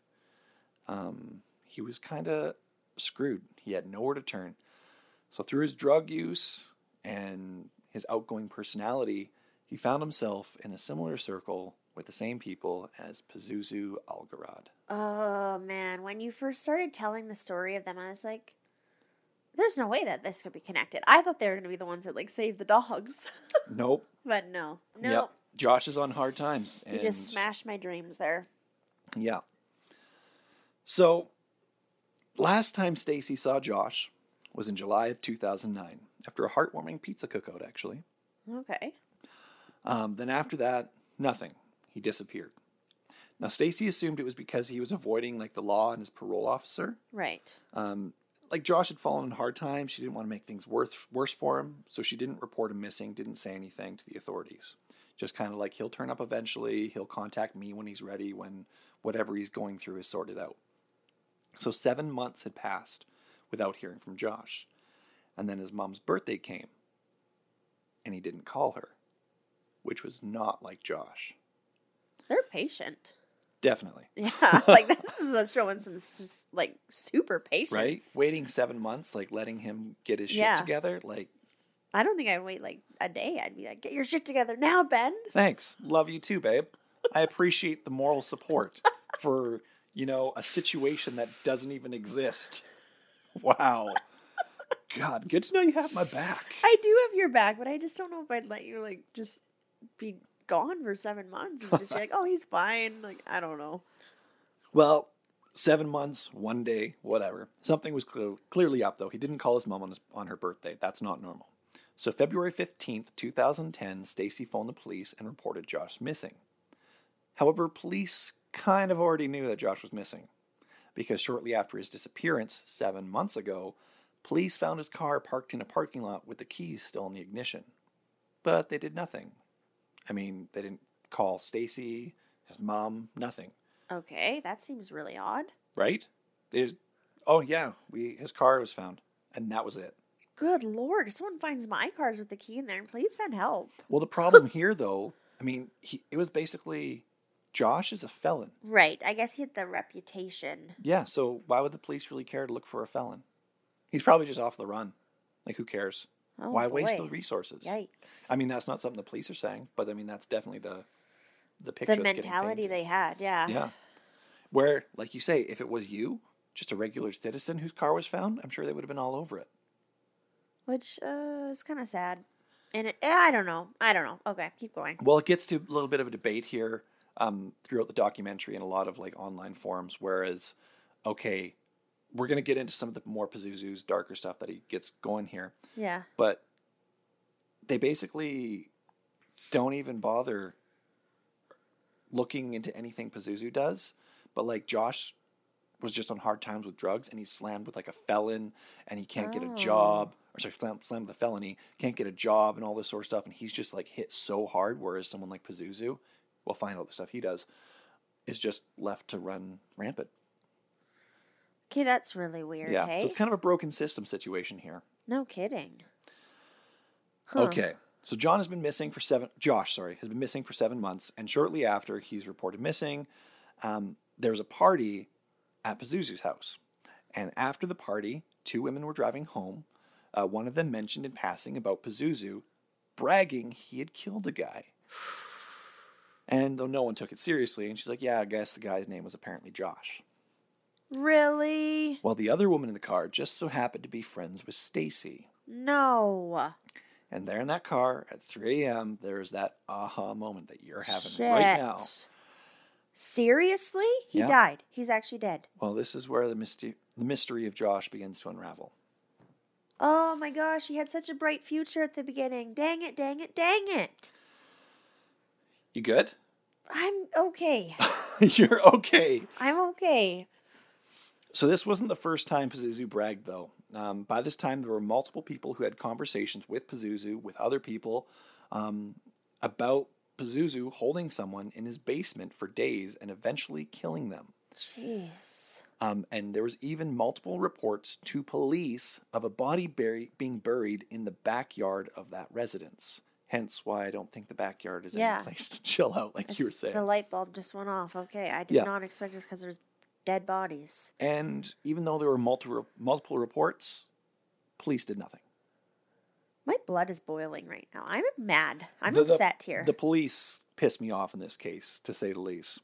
B: Um, he was kind of screwed. He had nowhere to turn. So through his drug use and his outgoing personality, he found himself in a similar circle with the same people as Pazuzu Algarad.
C: Oh man, when you first started telling the story of them, I was like, "There's no way that this could be connected." I thought they were going to be the ones that like save the dogs,
B: Nope.
C: but no, no,
B: Yep. Josh is on hard times.
C: you just smashed my dreams there.
B: Yeah. So, last time Stacy saw Josh was in July of 2009 after a heartwarming pizza cookout, actually.
C: Okay,
B: Um, then after that, nothing. He disappeared. Now Stacy assumed it was because he was avoiding like the law and his parole officer.
C: right.
B: Um, like Josh had fallen in hard times, she didn't want to make things worth, worse for him, so she didn't report him missing, didn't say anything to the authorities. Just kind of like he'll turn up eventually, he'll contact me when he's ready, when whatever he's going through is sorted out. So seven months had passed without hearing from Josh, and then his mom's birthday came, and he didn't call her, which was not like Josh.
C: They're patient.
B: Definitely.
C: Yeah, like this is showing some s- like super patience.
B: Right? Waiting seven months, like letting him get his shit
C: Yeah.
B: together, like
C: I don't think I'd wait like a day. I'd be like, "Get your shit together now, Ben."
B: Thanks. Love you too, babe. I appreciate the moral support for, you know, a situation that doesn't even exist. Wow. God, good to know you have my back.
C: I do have your back, but I just don't know if I'd let you like just be gone for seven months and just be like, "Oh, he's fine." Like I don't know.
B: Well, seven months, one day, whatever. Something was clear, clearly up, though. He didn't call his mom on, his, on her birthday. That's not normal. So February 15th, 2010, Stacy phoned the police and reported Josh missing. However, police kind of already knew that Josh was missing because shortly after his disappearance, seven months ago, Police found his car parked in a parking lot with the keys still in the ignition. But they did nothing. I mean, they didn't call Stacy, his mom, nothing,
C: Okay, that seems really odd.
B: right? They just, oh yeah, we his car was found, and that was it.
C: Good lord, if someone finds my cards with the key in there, please send help.
B: Well, the problem here though, I mean, he, it was basically Josh is a felon.
C: Right, I guess he had the reputation.
B: Yeah, so why would the police really care to look for a felon? He's probably just off the run. Like, who cares?
C: Oh,
B: why waste
C: boy.
B: the resources?
C: Yikes.
B: I mean, that's not something the police are saying, but I mean, that's definitely the the picture.
C: the
B: that's getting
C: mentality
B: painted.
C: they had, yeah.
B: Yeah, where, like you say, if it was you, just a regular citizen whose car was found, I'm sure they would have been all over it.
C: Which uh, is kind of sad. And it, eh, I don't know. I don't know. Okay, keep going.
B: Well, it gets to a little bit of a debate here um, throughout the documentary and a lot of like online forums. Whereas, okay, we're gonna get into some of the more Pazuzu's darker stuff that he gets going here.
C: Yeah.
B: but they basically don't even bother looking into anything Pazuzu does. But like Josh was just on hard times with drugs, and he's slammed with like a felon, and he can't get a job, or sorry, slammed, slammed with a felony, can't get a job, and all this sort of stuff. And he's just like hit so hard. Whereas someone like Pazuzu, we'll find all the stuff he does, is just left to run rampant.
C: Okay, that's really weird.
B: Yeah,
C: hey?
B: so it's kind of a broken system situation here.
C: no kidding.
B: Okay. So John has been missing for seven. Josh, sorry, has been missing for seven months, and shortly after he's reported missing, um, there was a party at Pazuzu's house, and after the party, two women were driving home. Uh, one of them mentioned in passing about Pazuzu, bragging he had killed a guy. And though no one took it seriously, and she's like, "Yeah, I guess the guy's name was apparently Josh."
C: Really?
B: Well, the other woman in the car just so happened to be friends with Stacy.
C: No.
B: And there in that car at 3 a.m., there is that aha moment that you're having right now.
C: Shit. Seriously? He
B: Yeah.
C: died. He's actually dead.
B: Well, this is where the, myste- the mystery of Josh begins to unravel.
C: Oh my gosh, he had such a bright future at the beginning. Dang it, dang it, dang it.
B: You good?
C: I'm okay.
B: you're okay.
C: I'm okay.
B: So, this wasn't the first time Pazuzu bragged, though. Um, by this time, there were multiple people who had conversations with Pazuzu, with other people, um, about Pazuzu holding someone in his basement for days and eventually killing them.
C: Jeez.
B: Um, and there was even multiple reports to police of a body bury- being buried in the backyard of that residence. Hence why I don't think the backyard is
C: Yeah.
B: any place to chill out, like you were
C: It's- The
B: saying.
C: light bulb just went off. Okay, I did
B: Yeah.
C: not expect this because there's dead bodies.
B: and even though there were multiple multiple reports, police did nothing.
C: My blood is boiling right now. I'm mad. I'm
B: The- the-
C: upset here.
B: The police pissed me off in this case, to say the least.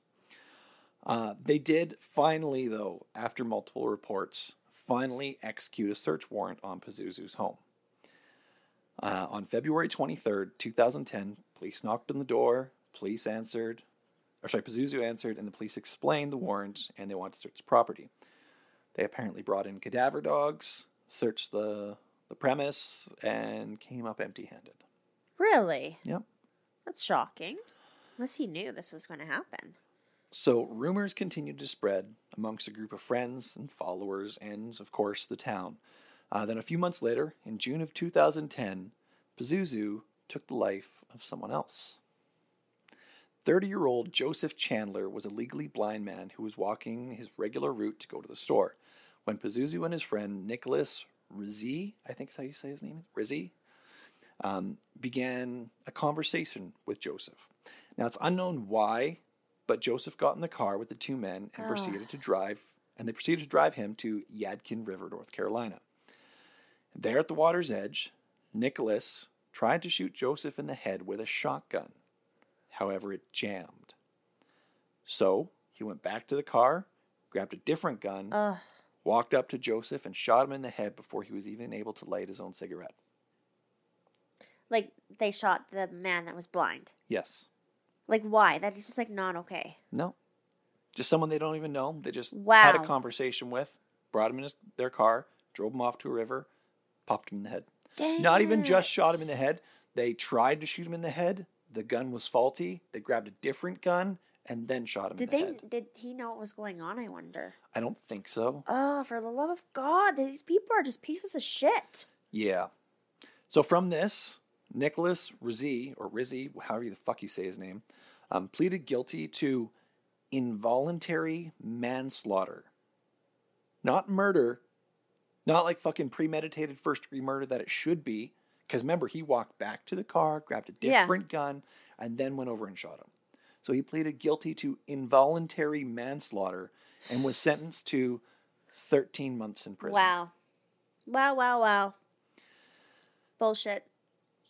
B: Uh, they did finally, though, after multiple reports, finally execute a search warrant on Pazuzu's home. Uh, on February 23rd, 2010, police knocked on the door, police answered, or sorry, Pazuzu answered, and the police explained the warrant and they wanted to search his property. They apparently brought in cadaver dogs, searched the, the premise, and came up empty handed.
C: really?
B: Yep.
C: That's shocking. Unless he knew this was going to happen.
B: So rumors continued to spread amongst a group of friends and followers, and of course the town. Uh, then a few months later, in June of 2010, Pazuzu took the life of someone else. 30 year old Joseph Chandler was a legally blind man who was walking his regular route to go to the store when Pazuzu and his friend Nicholas Rizzi, I think is how you say his name, Rizzi, um, began a conversation with Joseph. Now it's unknown why, but Joseph got in the car with the two men and proceeded to drive, and they proceeded to drive him to Yadkin River, North Carolina. There at the water's edge, Nicholas tried to shoot Joseph in the head with a shotgun. However, it jammed. So he went back to the car, grabbed a different gun,
C: Uh.
B: walked up to Joseph, and shot him in the head before he was even able to light his own cigarette.
C: Like, they shot the man that was blind.
B: Yes.
C: Like, why? That is just, like, not okay.
B: No. Just someone they don't even know. They just had a
C: Wow.
B: conversation with, brought him in his, their car, drove him off to a river, popped him in the head.
C: Dang
B: Not even just shot him in
C: it.
B: the head. They tried to shoot him in the head. The gun was faulty. They grabbed a different gun and then shot him.
C: Did
B: in the
C: they?
B: Head.
C: Did he know what was going on? I wonder.
B: I don't think so.
C: Oh, for the love of God! These people are just pieces of shit.
B: Yeah. So from this, Nicholas Rizzi, or Rizzi, however you the fuck you say his name, um, pleaded guilty to involuntary manslaughter. Not murder. Not like fucking premeditated first degree murder that it should be. Because remember, he walked back to the car, grabbed a
C: Yeah.
B: different gun, and then went over and shot him. So he pleaded guilty to involuntary manslaughter and was sentenced to 13 months in prison.
C: Wow. Wow! Wow! Wow! Bullshit.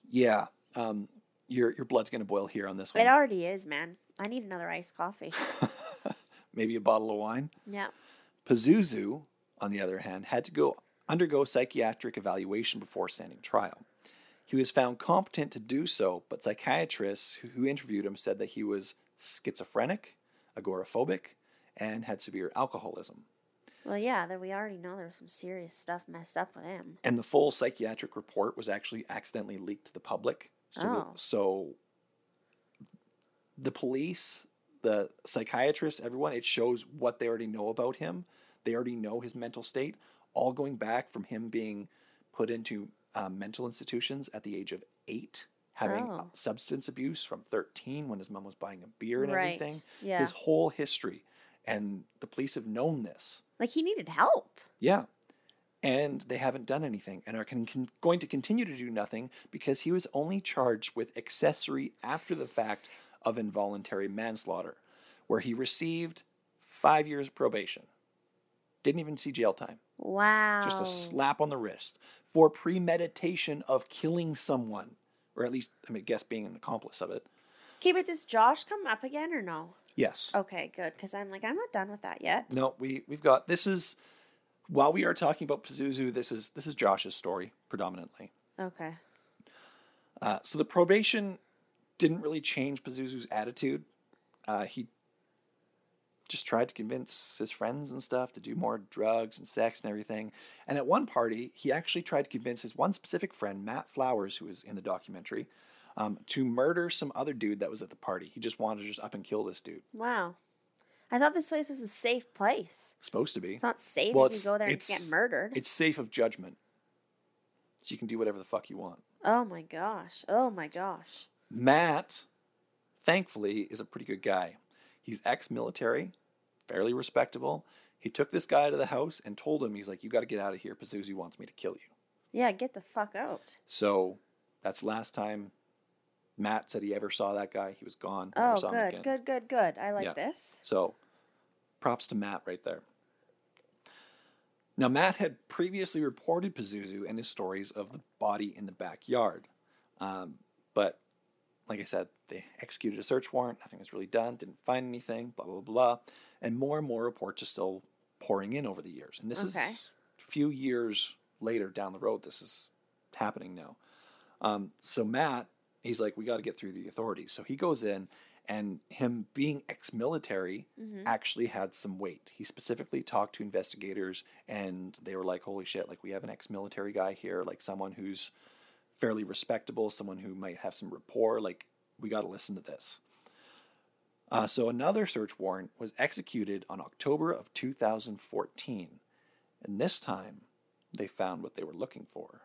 B: Yeah. Um, your your blood's gonna boil here on this one.
C: It already is, man. I need another iced coffee.
B: Maybe a bottle of wine.
C: yeah.
B: Pazuzu, on the other hand, had to go undergo psychiatric evaluation before standing trial. He was found competent to do so, but psychiatrists who- who interviewed him said that he was schizophrenic, agoraphobic, and had severe alcoholism.
C: Well, yeah. That we already know there was some serious stuff messed up with him.
B: And the full psychiatric report was actually accidentally leaked to the public. So,
C: Oh.
B: so the police, the psychiatrists, everyone, it shows what they already know about him. They already know his mental state, all going back from him being put into um, mental institutions at the age of eight, having uh,
C: Oh.
B: substance abuse from 13 when his mom was buying him beer and
C: Right,
B: everything.
C: yeah.
B: His whole history. And the police have known this.
C: Like he needed help.
B: Yeah. And they haven't done anything and are con- con- going to continue to do nothing because he was only charged with accessory after the fact of involuntary manslaughter, where he received five years probation. Didn't even see jail time,
C: Wow.
B: just a slap on the wrist for premeditation of killing someone, or at least, I mean, guess being an accomplice of it.
C: Okay, but does Josh come up again or no?
B: Yes.
C: Okay, good. Because I'm like, I'm not done with that yet.
B: Uh, No, we we've got this is while we are talking about Pazuzu, this is this is Josh's story predominantly.
C: Okay.
B: Uh, so the probation didn't really change Pazuzu's attitude. Uh, he just tried to convince his friends and stuff to do more drugs and sex and everything. And at one party, he actually tried to convince his one specific friend, Matt Flowers, who was in the documentary, um, to murder some other dude that was at the party. He just wanted to just up and kill this dude.
C: Wow. I thought this place was a safe place.
B: Supposed to be.
C: It's not safe
B: Well,
C: if you go there and
B: it's-
C: get murdered.
B: It's safe of judgment. So you can do whatever the fuck you want.
C: Oh my gosh. Oh my gosh.
B: Matt, thankfully, is a pretty good guy. He's ex military, fairly respectable. He took this guy to the house and told him, he's like, you got to get out of here. Pazuzu wants me to kill you.
C: Yeah, get the fuck out.
B: So that's the last time Matt said he ever saw that guy. He was gone. Never
C: Oh,
B: saw him again.
C: good, good, good, good. I like
B: Yeah.
C: this.
B: So props to Matt right there. Now, Matt had previously reported Pazuzu and his stories of the body in the backyard. Um, but like I said, they executed a search warrant. Nothing was really done. Didn't find anything, blah, blah, blah. And more and more reports are still pouring in over the years. And this
C: Okay.
B: is a few years later down the road. This is happening now. Um, so Matt, he's like, we got to get through the authorities. So he goes in, and him being ex-military actually had some weight. He specifically talked to investigators, and they were like, "Holy shit! Like we have an ex-military guy here, like someone who's fairly respectable, someone who might have some rapport. Like we got to listen to this." Uh, so another search warrant was executed on October of 2014, and this time they found what they were looking for.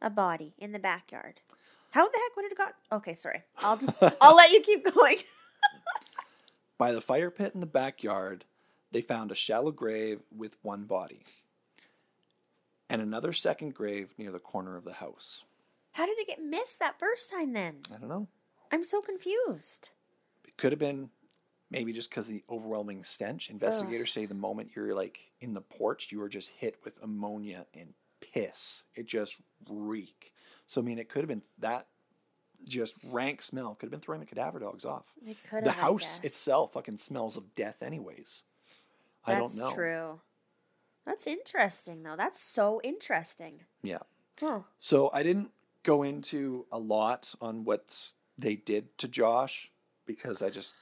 C: A body in the backyard. How the heck would it have got? Okay, sorry. I'll just, I'll let you keep going.
B: By the fire pit in the backyard, they found a shallow grave with one body and another second grave near the corner of the house.
C: How did it get missed that first time then?
B: I don't know.
C: I'm so confused.
B: It could have been maybe just because the overwhelming stench. Investigators say the moment you're like in the porch, you are just hit with ammonia and piss. It just reek. So, I mean, it could have been that just rank smell could have been throwing the cadaver dogs off.
C: It could
B: the
C: have, I
B: house
C: guess.
B: itself fucking smells of death, anyways. I don't
C: That's
B: know.
C: true. That's interesting, though. That's so interesting.
B: Yeah.
C: Huh.
B: So I didn't go into a lot on what they did to Josh because I just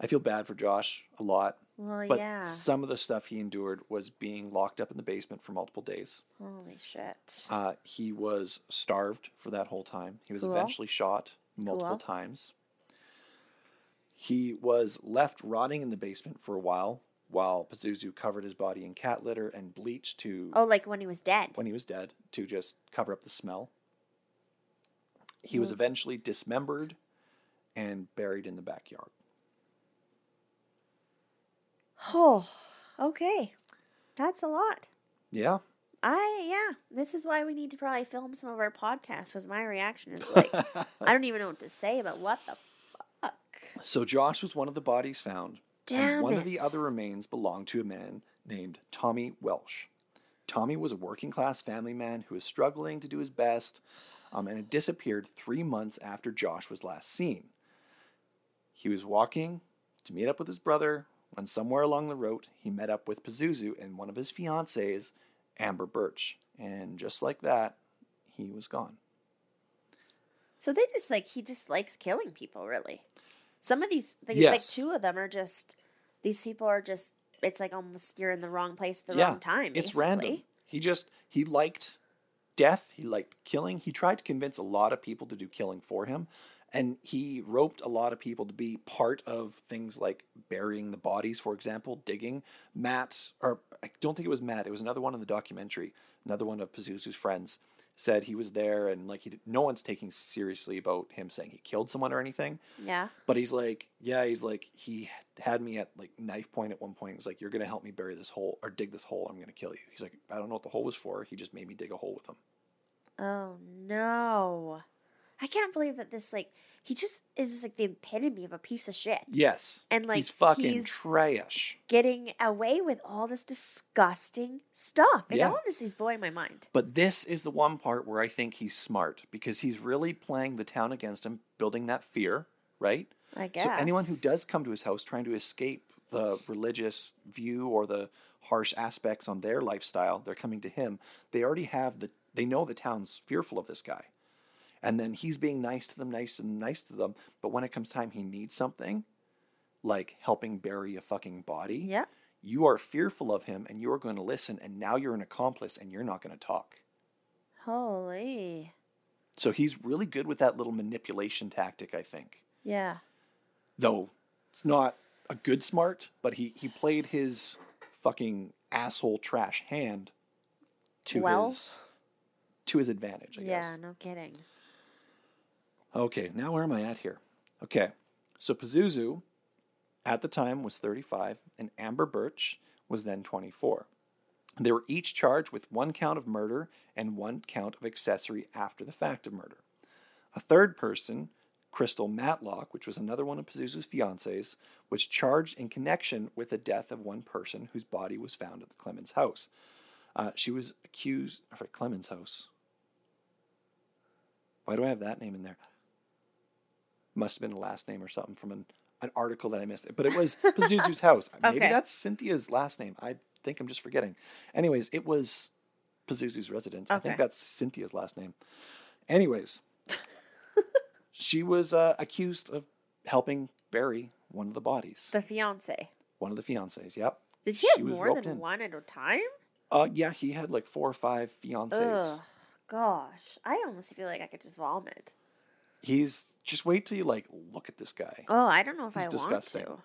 B: I feel bad for Josh a lot.
C: Well,
B: But
C: Oh, yeah.
B: some of the stuff he endured was being locked up in the basement for multiple days.
C: Holy shit.
B: Uh, he was starved for that whole time. He was
C: Cool.
B: eventually shot multiple
C: Cool.
B: times. He was left rotting in the basement for a while while Pazuzu covered his body in cat litter and bleach to
C: Oh, like when he was dead.
B: when he was dead to just cover up the smell. He
C: Mm.
B: was eventually dismembered and buried in the backyard.
C: Oh, okay. That's a lot.
B: Yeah.
C: I yeah. This is why we need to probably film some of our podcasts because my reaction is like I don't even know what to say about what the fuck.
B: So Josh was one of the bodies found,
C: Damn
B: and one of the
C: it.
B: other remains belonged to a man named Tommy Welsh. Tommy was a working class family man who was struggling to do his best um, and had disappeared three months after Josh was last seen. He was walking to meet up with his brother when somewhere along the road he met up with Pazuzu and one of his fiancées, Amber Birch. And just like that, he was gone.
C: So they just like he just likes killing people. Really, some of these things, like
B: Yes.
C: two of them, are just these people are just. It's like almost you're in the wrong place at the wrong time.
B: It's random.
C: basically.
B: He just he liked death. He liked killing. He tried to convince a lot of people to do killing for him, and he roped a lot of people to be part of things like burying the bodies, for example, digging. Matt, or I don't think it was Matt. It was another one in the documentary. Another one of Pazuzu's friends said he was there, and like he did, no one's taking seriously about him saying he killed someone or anything.
C: Yeah.
B: But he's like, yeah, he's like, he had me at like knife point at one point. He was like, you're going to help me bury this hole or dig this hole. I'm going to kill you. He's like, I don't know what the hole was for. He just made me dig a hole with him.
C: Oh no, I can't believe that this like he just is like the epitome of a piece of shit.
B: Yes.
C: And, like,
B: he's fucking
C: he's-
B: trash.
C: Getting away with all this disgusting stuff. It
B: Yeah.
C: honestly is blowing my mind.
B: But this is the one part where I think he's smart because he's really playing the town against him, building that fear, right?
C: I guess.
B: So anyone who does come to his house trying to escape the religious view or the harsh aspects on their lifestyle, they're coming to him. They already have the they know the town's fearful of this guy. And then he's being nice to them, nice to them, nice to them. But when it comes time he needs something, like helping bury a fucking body,
C: Yeah.
B: you are fearful of him and you're going to listen. And now you're an accomplice and you're not going to talk.
C: Holy.
B: So he's really good with that little manipulation tactic, I think.
C: Yeah.
B: though it's not a good smart, but he he played his fucking asshole trash hand to
C: Well.
B: his to his advantage, I
C: Yeah.
B: guess.
C: No kidding.
B: Okay, now where am I at here? Okay. So Pazuzu at the time was 35 and Amber Birch was then 24. They were each charged with one count of murder and one count of accessory after the fact of murder. A third person, Crystal Matlock, which was another one of Pazuzu's fiancées, was charged in connection with the death of one person whose body was found at the Clemens house. Uh, she was accused of Clemens house. Why do I have that name in there? Must have been a last name or something from an, an article that I missed. But it was Pazuzu's house. Maybe
C: Okay.
B: that's Cynthia's last name. I think I'm just forgetting. Anyways, it was Pazuzu's residence. I
C: Okay.
B: think that's Cynthia's last name. Anyways, she was uh, accused of helping bury one of the bodies,
C: The fiance.
B: one of the fiancées. Yep.
C: Did he
B: She
C: have
B: was
C: more
B: roped
C: than
B: in.
C: one at a time?
B: Uh, yeah, he had like four or five fiancées.
C: Ugh. Gosh. I almost feel like I could just vomit.
B: He's just wait till you like look at this guy.
C: Oh, I don't know if
B: He's
C: I
B: disgusting.
C: want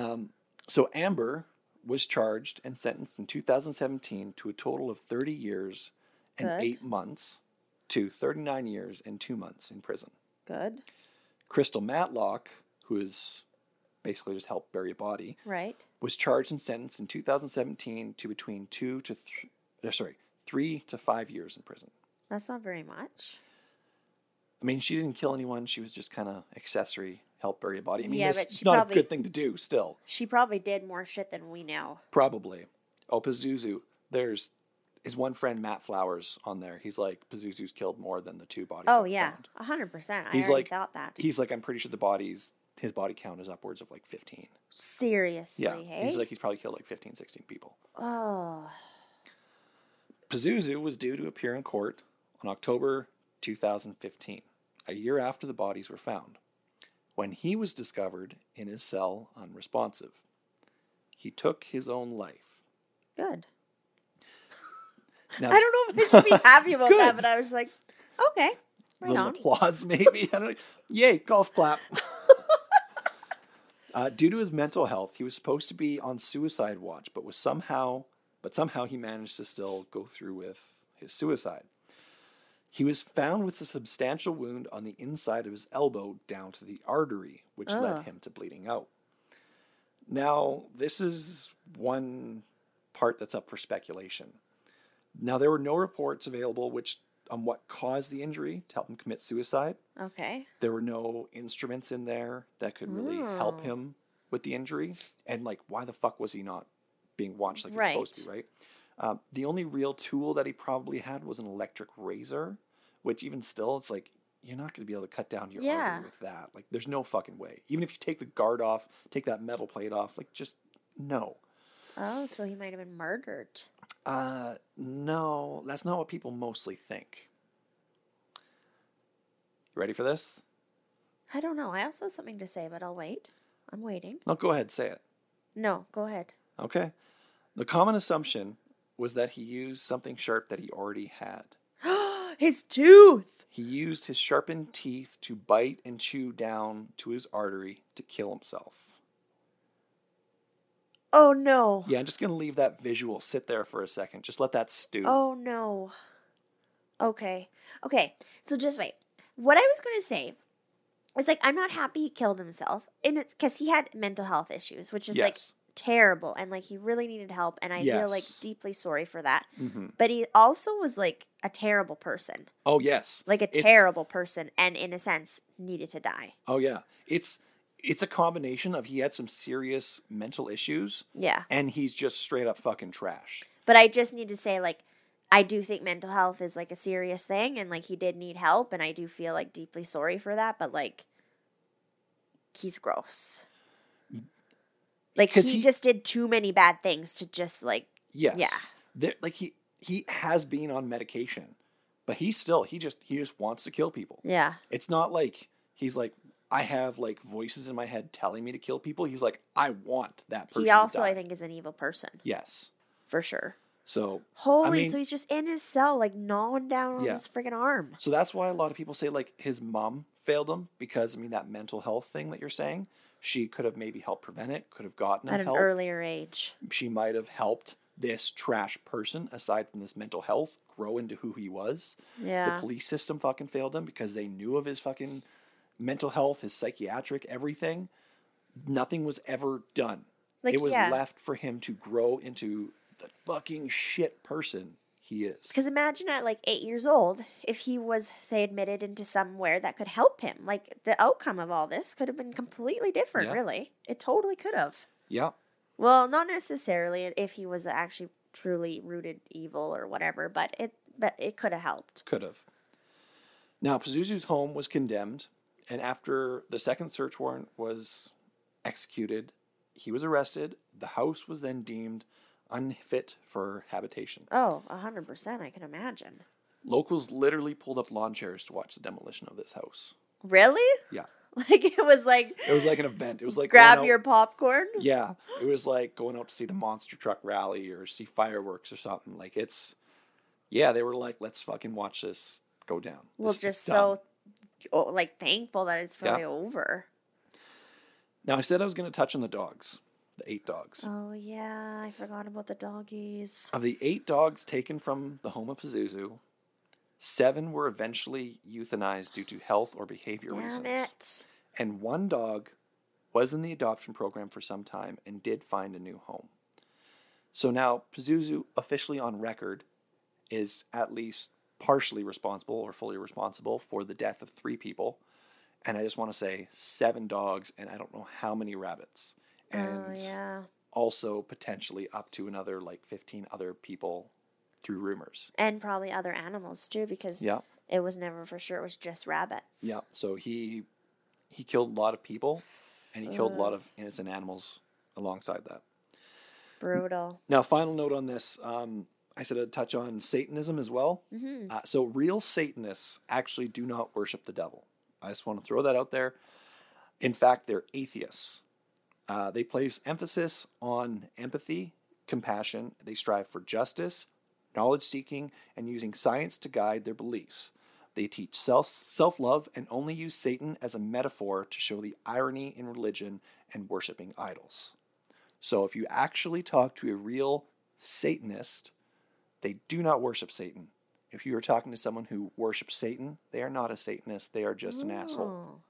B: Um, so Amber was charged and sentenced in 2017 to a total of 30 years and
C: Good.
B: eight months to 39 years and two months in prison.
C: to. Good.
B: Crystal Matlock, who is basically just helped bury a body,
C: Right.
B: was charged and sentenced in 2017 to between two to three, sorry, three to five years in prison.
C: That's not very much.
B: I mean, she didn't kill anyone. She was just kind of accessory, help bury a body. I mean,
C: Yeah,
B: this-
C: but
B: it's
C: she
B: not
C: probably-
B: a good thing to do still.
C: She probably did more shit than we know.
B: Probably. Oh, Pazuzu. There's his one friend, Matt Flowers, on there. He's like, Pazuzu's killed more than the two bodies.
C: Oh
B: I've
C: yeah,
B: found."
C: a hundred percent. I
B: He's
C: already
B: like,
C: thought that.
B: He's like, I'm pretty sure the bodies, his body count is upwards of like 15.
C: Seriously,
B: Yeah.
C: hey?
B: He's like, he's probably killed like 15, 16 people.
C: oh,
B: Pazuzu was due to appear in court on October 2015, a year after the bodies were found, when he was discovered in his cell unresponsive. He took his own life.
C: good.
B: Now,
C: I don't know if I should be happy about that,
B: Good.
C: but I was like, okay, right
B: little
C: on.
B: applause, maybe. I don't. Yay! Golf clap. Uh, due to his mental health, he was supposed to be on suicide watch, but was somehow, but somehow he managed to still go through with his suicide. He was found with a substantial wound on the inside of his elbow down to the artery, which led him to bleeding out. Now, this is one part that's up for speculation. Now, there were no reports available which on what caused the injury to help him commit suicide.
C: Okay.
B: There were no instruments in there that could really help him with the injury. And like, why the fuck was he not being watched like he's supposed to, right? Uh, the only real tool that he probably had was an electric razor, which even still, it's like you're not going to be able to cut down your
C: Yeah.
B: artery with that. Like, there's no fucking way. Even if you take the guard off, take that metal plate off, like, just no.
C: Oh, so he might have been murdered.
B: Uh, no, that's not what people mostly think. Ready for this?
C: I don't know. I also have something to say, but I'll wait. I'm waiting.
B: No, go ahead, say it.
C: No, go ahead.
B: Okay. The common assumption was that he used something sharp that he already had.
C: His tooth.
B: He used his sharpened teeth to bite and chew down to his artery to kill himself.
C: Oh no.
B: Yeah, I'm just going to leave that visual sit there for a second. Just let that stew.
C: Oh no. Okay. Okay. So just wait. What I was going to say is like I'm not happy he killed himself and cuz he had mental health issues, which is like
B: Yes.
C: terrible and like he really needed help and I feel like
B: Yes.
C: deeply sorry for that.
B: hmm
C: But he also was like a terrible person.
B: Oh, yes.
C: Like a
B: It's-
C: terrible person and in a sense needed to die.
B: Oh, yeah. It's it's a combination of he had some serious mental issues
C: Yeah.
B: and he's just straight up fucking trash.
C: But I just need to say, like, I do think mental health is like a serious thing, and like he did need help, and I do feel like deeply sorry for that. But like, he's gross. Like
B: 'Cause
C: he,
B: he-
C: just did too many bad things to just like
B: Yes.
C: Yeah.
B: There, like he he has been on medication, but he still he just he just wants to kill people.
C: yeah
B: It's not like he's like I have like voices in my head telling me to kill people. He's like I want that person.
C: he
B: to
C: also i
B: die."
C: think is an evil person
B: yes.
C: for sure
B: So
C: holy
B: mean-
C: so he's just in his cell like gnawing down on
B: Yeah.
C: his freaking arm
B: so that's why a lot of people say like his mom failed him because I mean that mental health thing that you're saying she could have maybe helped prevent it, could have gotten him
C: at an
B: help.
C: earlier age
B: She might have helped this trash person aside from this mental health grow into who he was.
C: yeah
B: The police system fucking failed him because they knew of his fucking mental health, his psychiatric, everything. Nothing was ever done.
C: Like,
B: it was
C: yeah.
B: left for him to grow into the fucking shit person he is.
C: Because imagine at like eight years old, if he was, say, admitted into somewhere that could help him, like the outcome of all this could have been completely different,
B: Yeah.
C: really. It totally could have.
B: Yeah.
C: Well, not necessarily if he was actually truly rooted evil or whatever, but it but it could have helped.
B: Could have. Now, Pazuzu's home was condemned, and after the second search warrant was executed, he was arrested. The house was then deemed unfit for habitation.
C: Oh, a hundred percent, I can imagine.
B: Locals literally pulled up lawn chairs to watch the demolition of this house.
C: Really?
B: Yeah.
C: Like it was like
B: It was like an event. It was like
C: grab
B: going out-
C: your popcorn.
B: Yeah, it was like going out to see the monster truck rally or see fireworks or something. Like it's, yeah, they were like, let's fucking watch this go down.
C: Well,
B: This is
C: just
B: done."
C: so oh, like thankful that it's
B: Yeah.
C: probably over.
B: Now I said I was going to touch on the dogs, the eight dogs.
C: Oh yeah, I forgot about the doggies.
B: Of the eight dogs taken from the home of Pazuzu, seven were eventually euthanized due to health or behavior
C: Damn
B: reasons,
C: it.
B: and one dog was in the adoption program for some time and did find a new home. So now Pazuzu, officially on record, is at least partially responsible or fully responsible for the death of three people. And I just want to say seven dogs and I don't know how many rabbits. And
C: oh yeah.
B: also potentially up to another like 15 other people through rumors.
C: and probably other animals too because
B: Yeah.
C: it was never for sure it was just rabbits
B: Yeah. So he he killed a lot of people and he killed a lot of innocent animals alongside that.
C: brutal
B: Now, final note on this. Um, I said I'd touch on Satanism as well. Uh, so, real Satanists actually do not worship the devil. I just want to throw that out there. In fact, they're atheists. Uh, they place emphasis on empathy, compassion. They strive for justice, knowledge seeking, and using science to guide their beliefs. They teach self self love and only use Satan as a metaphor to show the irony in religion and worshiping idols. So if you actually talk to a real Satanist, they do not worship Satan. If you are talking to someone who worships Satan, they are not a Satanist. They are just an asshole.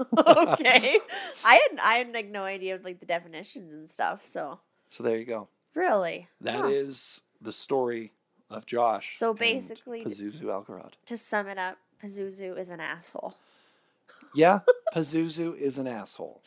C: Oh. okay. I had I had like no idea of like the definitions and stuff, so
B: So there you go.
C: really.
B: That is
C: Huh.
B: the story of Josh.
C: So
B: and
C: basically-
B: Pazuzu Algarod.
C: to sum it up, Pazuzu is an asshole.
B: Yeah, Pazuzu is an asshole.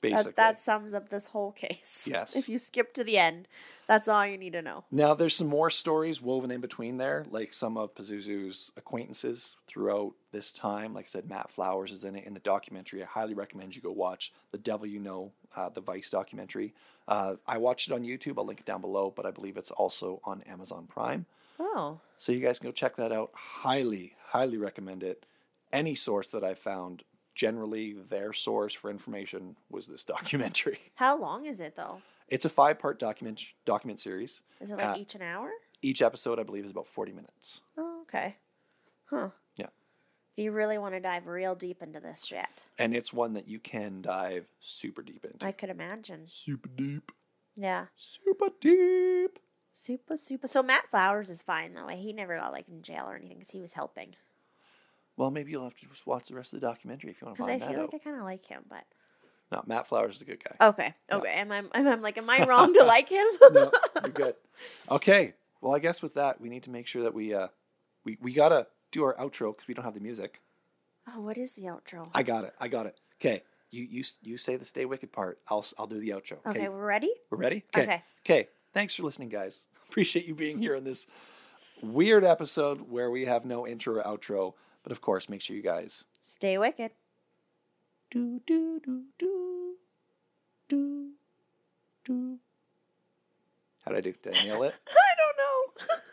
B: Basically,
C: That, that sums up this whole case.
B: Yes.
C: If you skip to the end, that's all you need to know.
B: Now, there's some more stories woven in between there, like some of Pazuzu's acquaintances throughout this time. Like I said, Matt Flowers is in it in the documentary. I highly recommend you go watch The Devil You Know, uh, the Vice documentary. Uh, I watched it on YouTube. I'll link it down below, but I believe it's also on Amazon Prime.
C: Oh.
B: So you guys can go check that out. Highly, highly recommend it. Any source that I found, generally their source for information was this documentary.
C: How long is it though?
B: It's a five part document document series.
C: Is it like
B: Uh,
C: each an hour?
B: Each episode, I believe, is about 40 minutes.
C: Oh, okay. Huh.
B: Yeah.
C: If you really want to dive real deep into this shit,
B: And it's one that you can dive super deep into.
C: I could imagine.
B: super deep.
C: Yeah.
B: Super deep.
C: Super, super. So Matt Flowers is fine though. He never got like in jail or anything because he was helping.
B: Well, maybe you'll have to just watch the rest of the documentary if you want to
C: Because
B: find
C: I
B: that
C: feel
B: out.
C: like I kind of like him, but
B: No, Matt Flowers is a good guy.
C: okay, okay. Am I? Am I like? Am I wrong to like him?
B: no, you're good. Okay. Well, I guess with that, we need to make sure that we uh, we we gotta do our outro because we don't have the music.
C: oh, what is the outro?
B: I got it. I got it. Okay. You you s- you say the stay wicked part. I'll s- I'll do the outro.
C: okay, we're ready.
B: We're ready?
C: Okay.
B: Okay. Thanks for listening, guys. Appreciate you being here on this weird episode where we have no intro or outro. But of course, make sure you guys
C: Stay wicked.
B: do do do do do do. How'd I do? Did I nail it?
C: I don't know.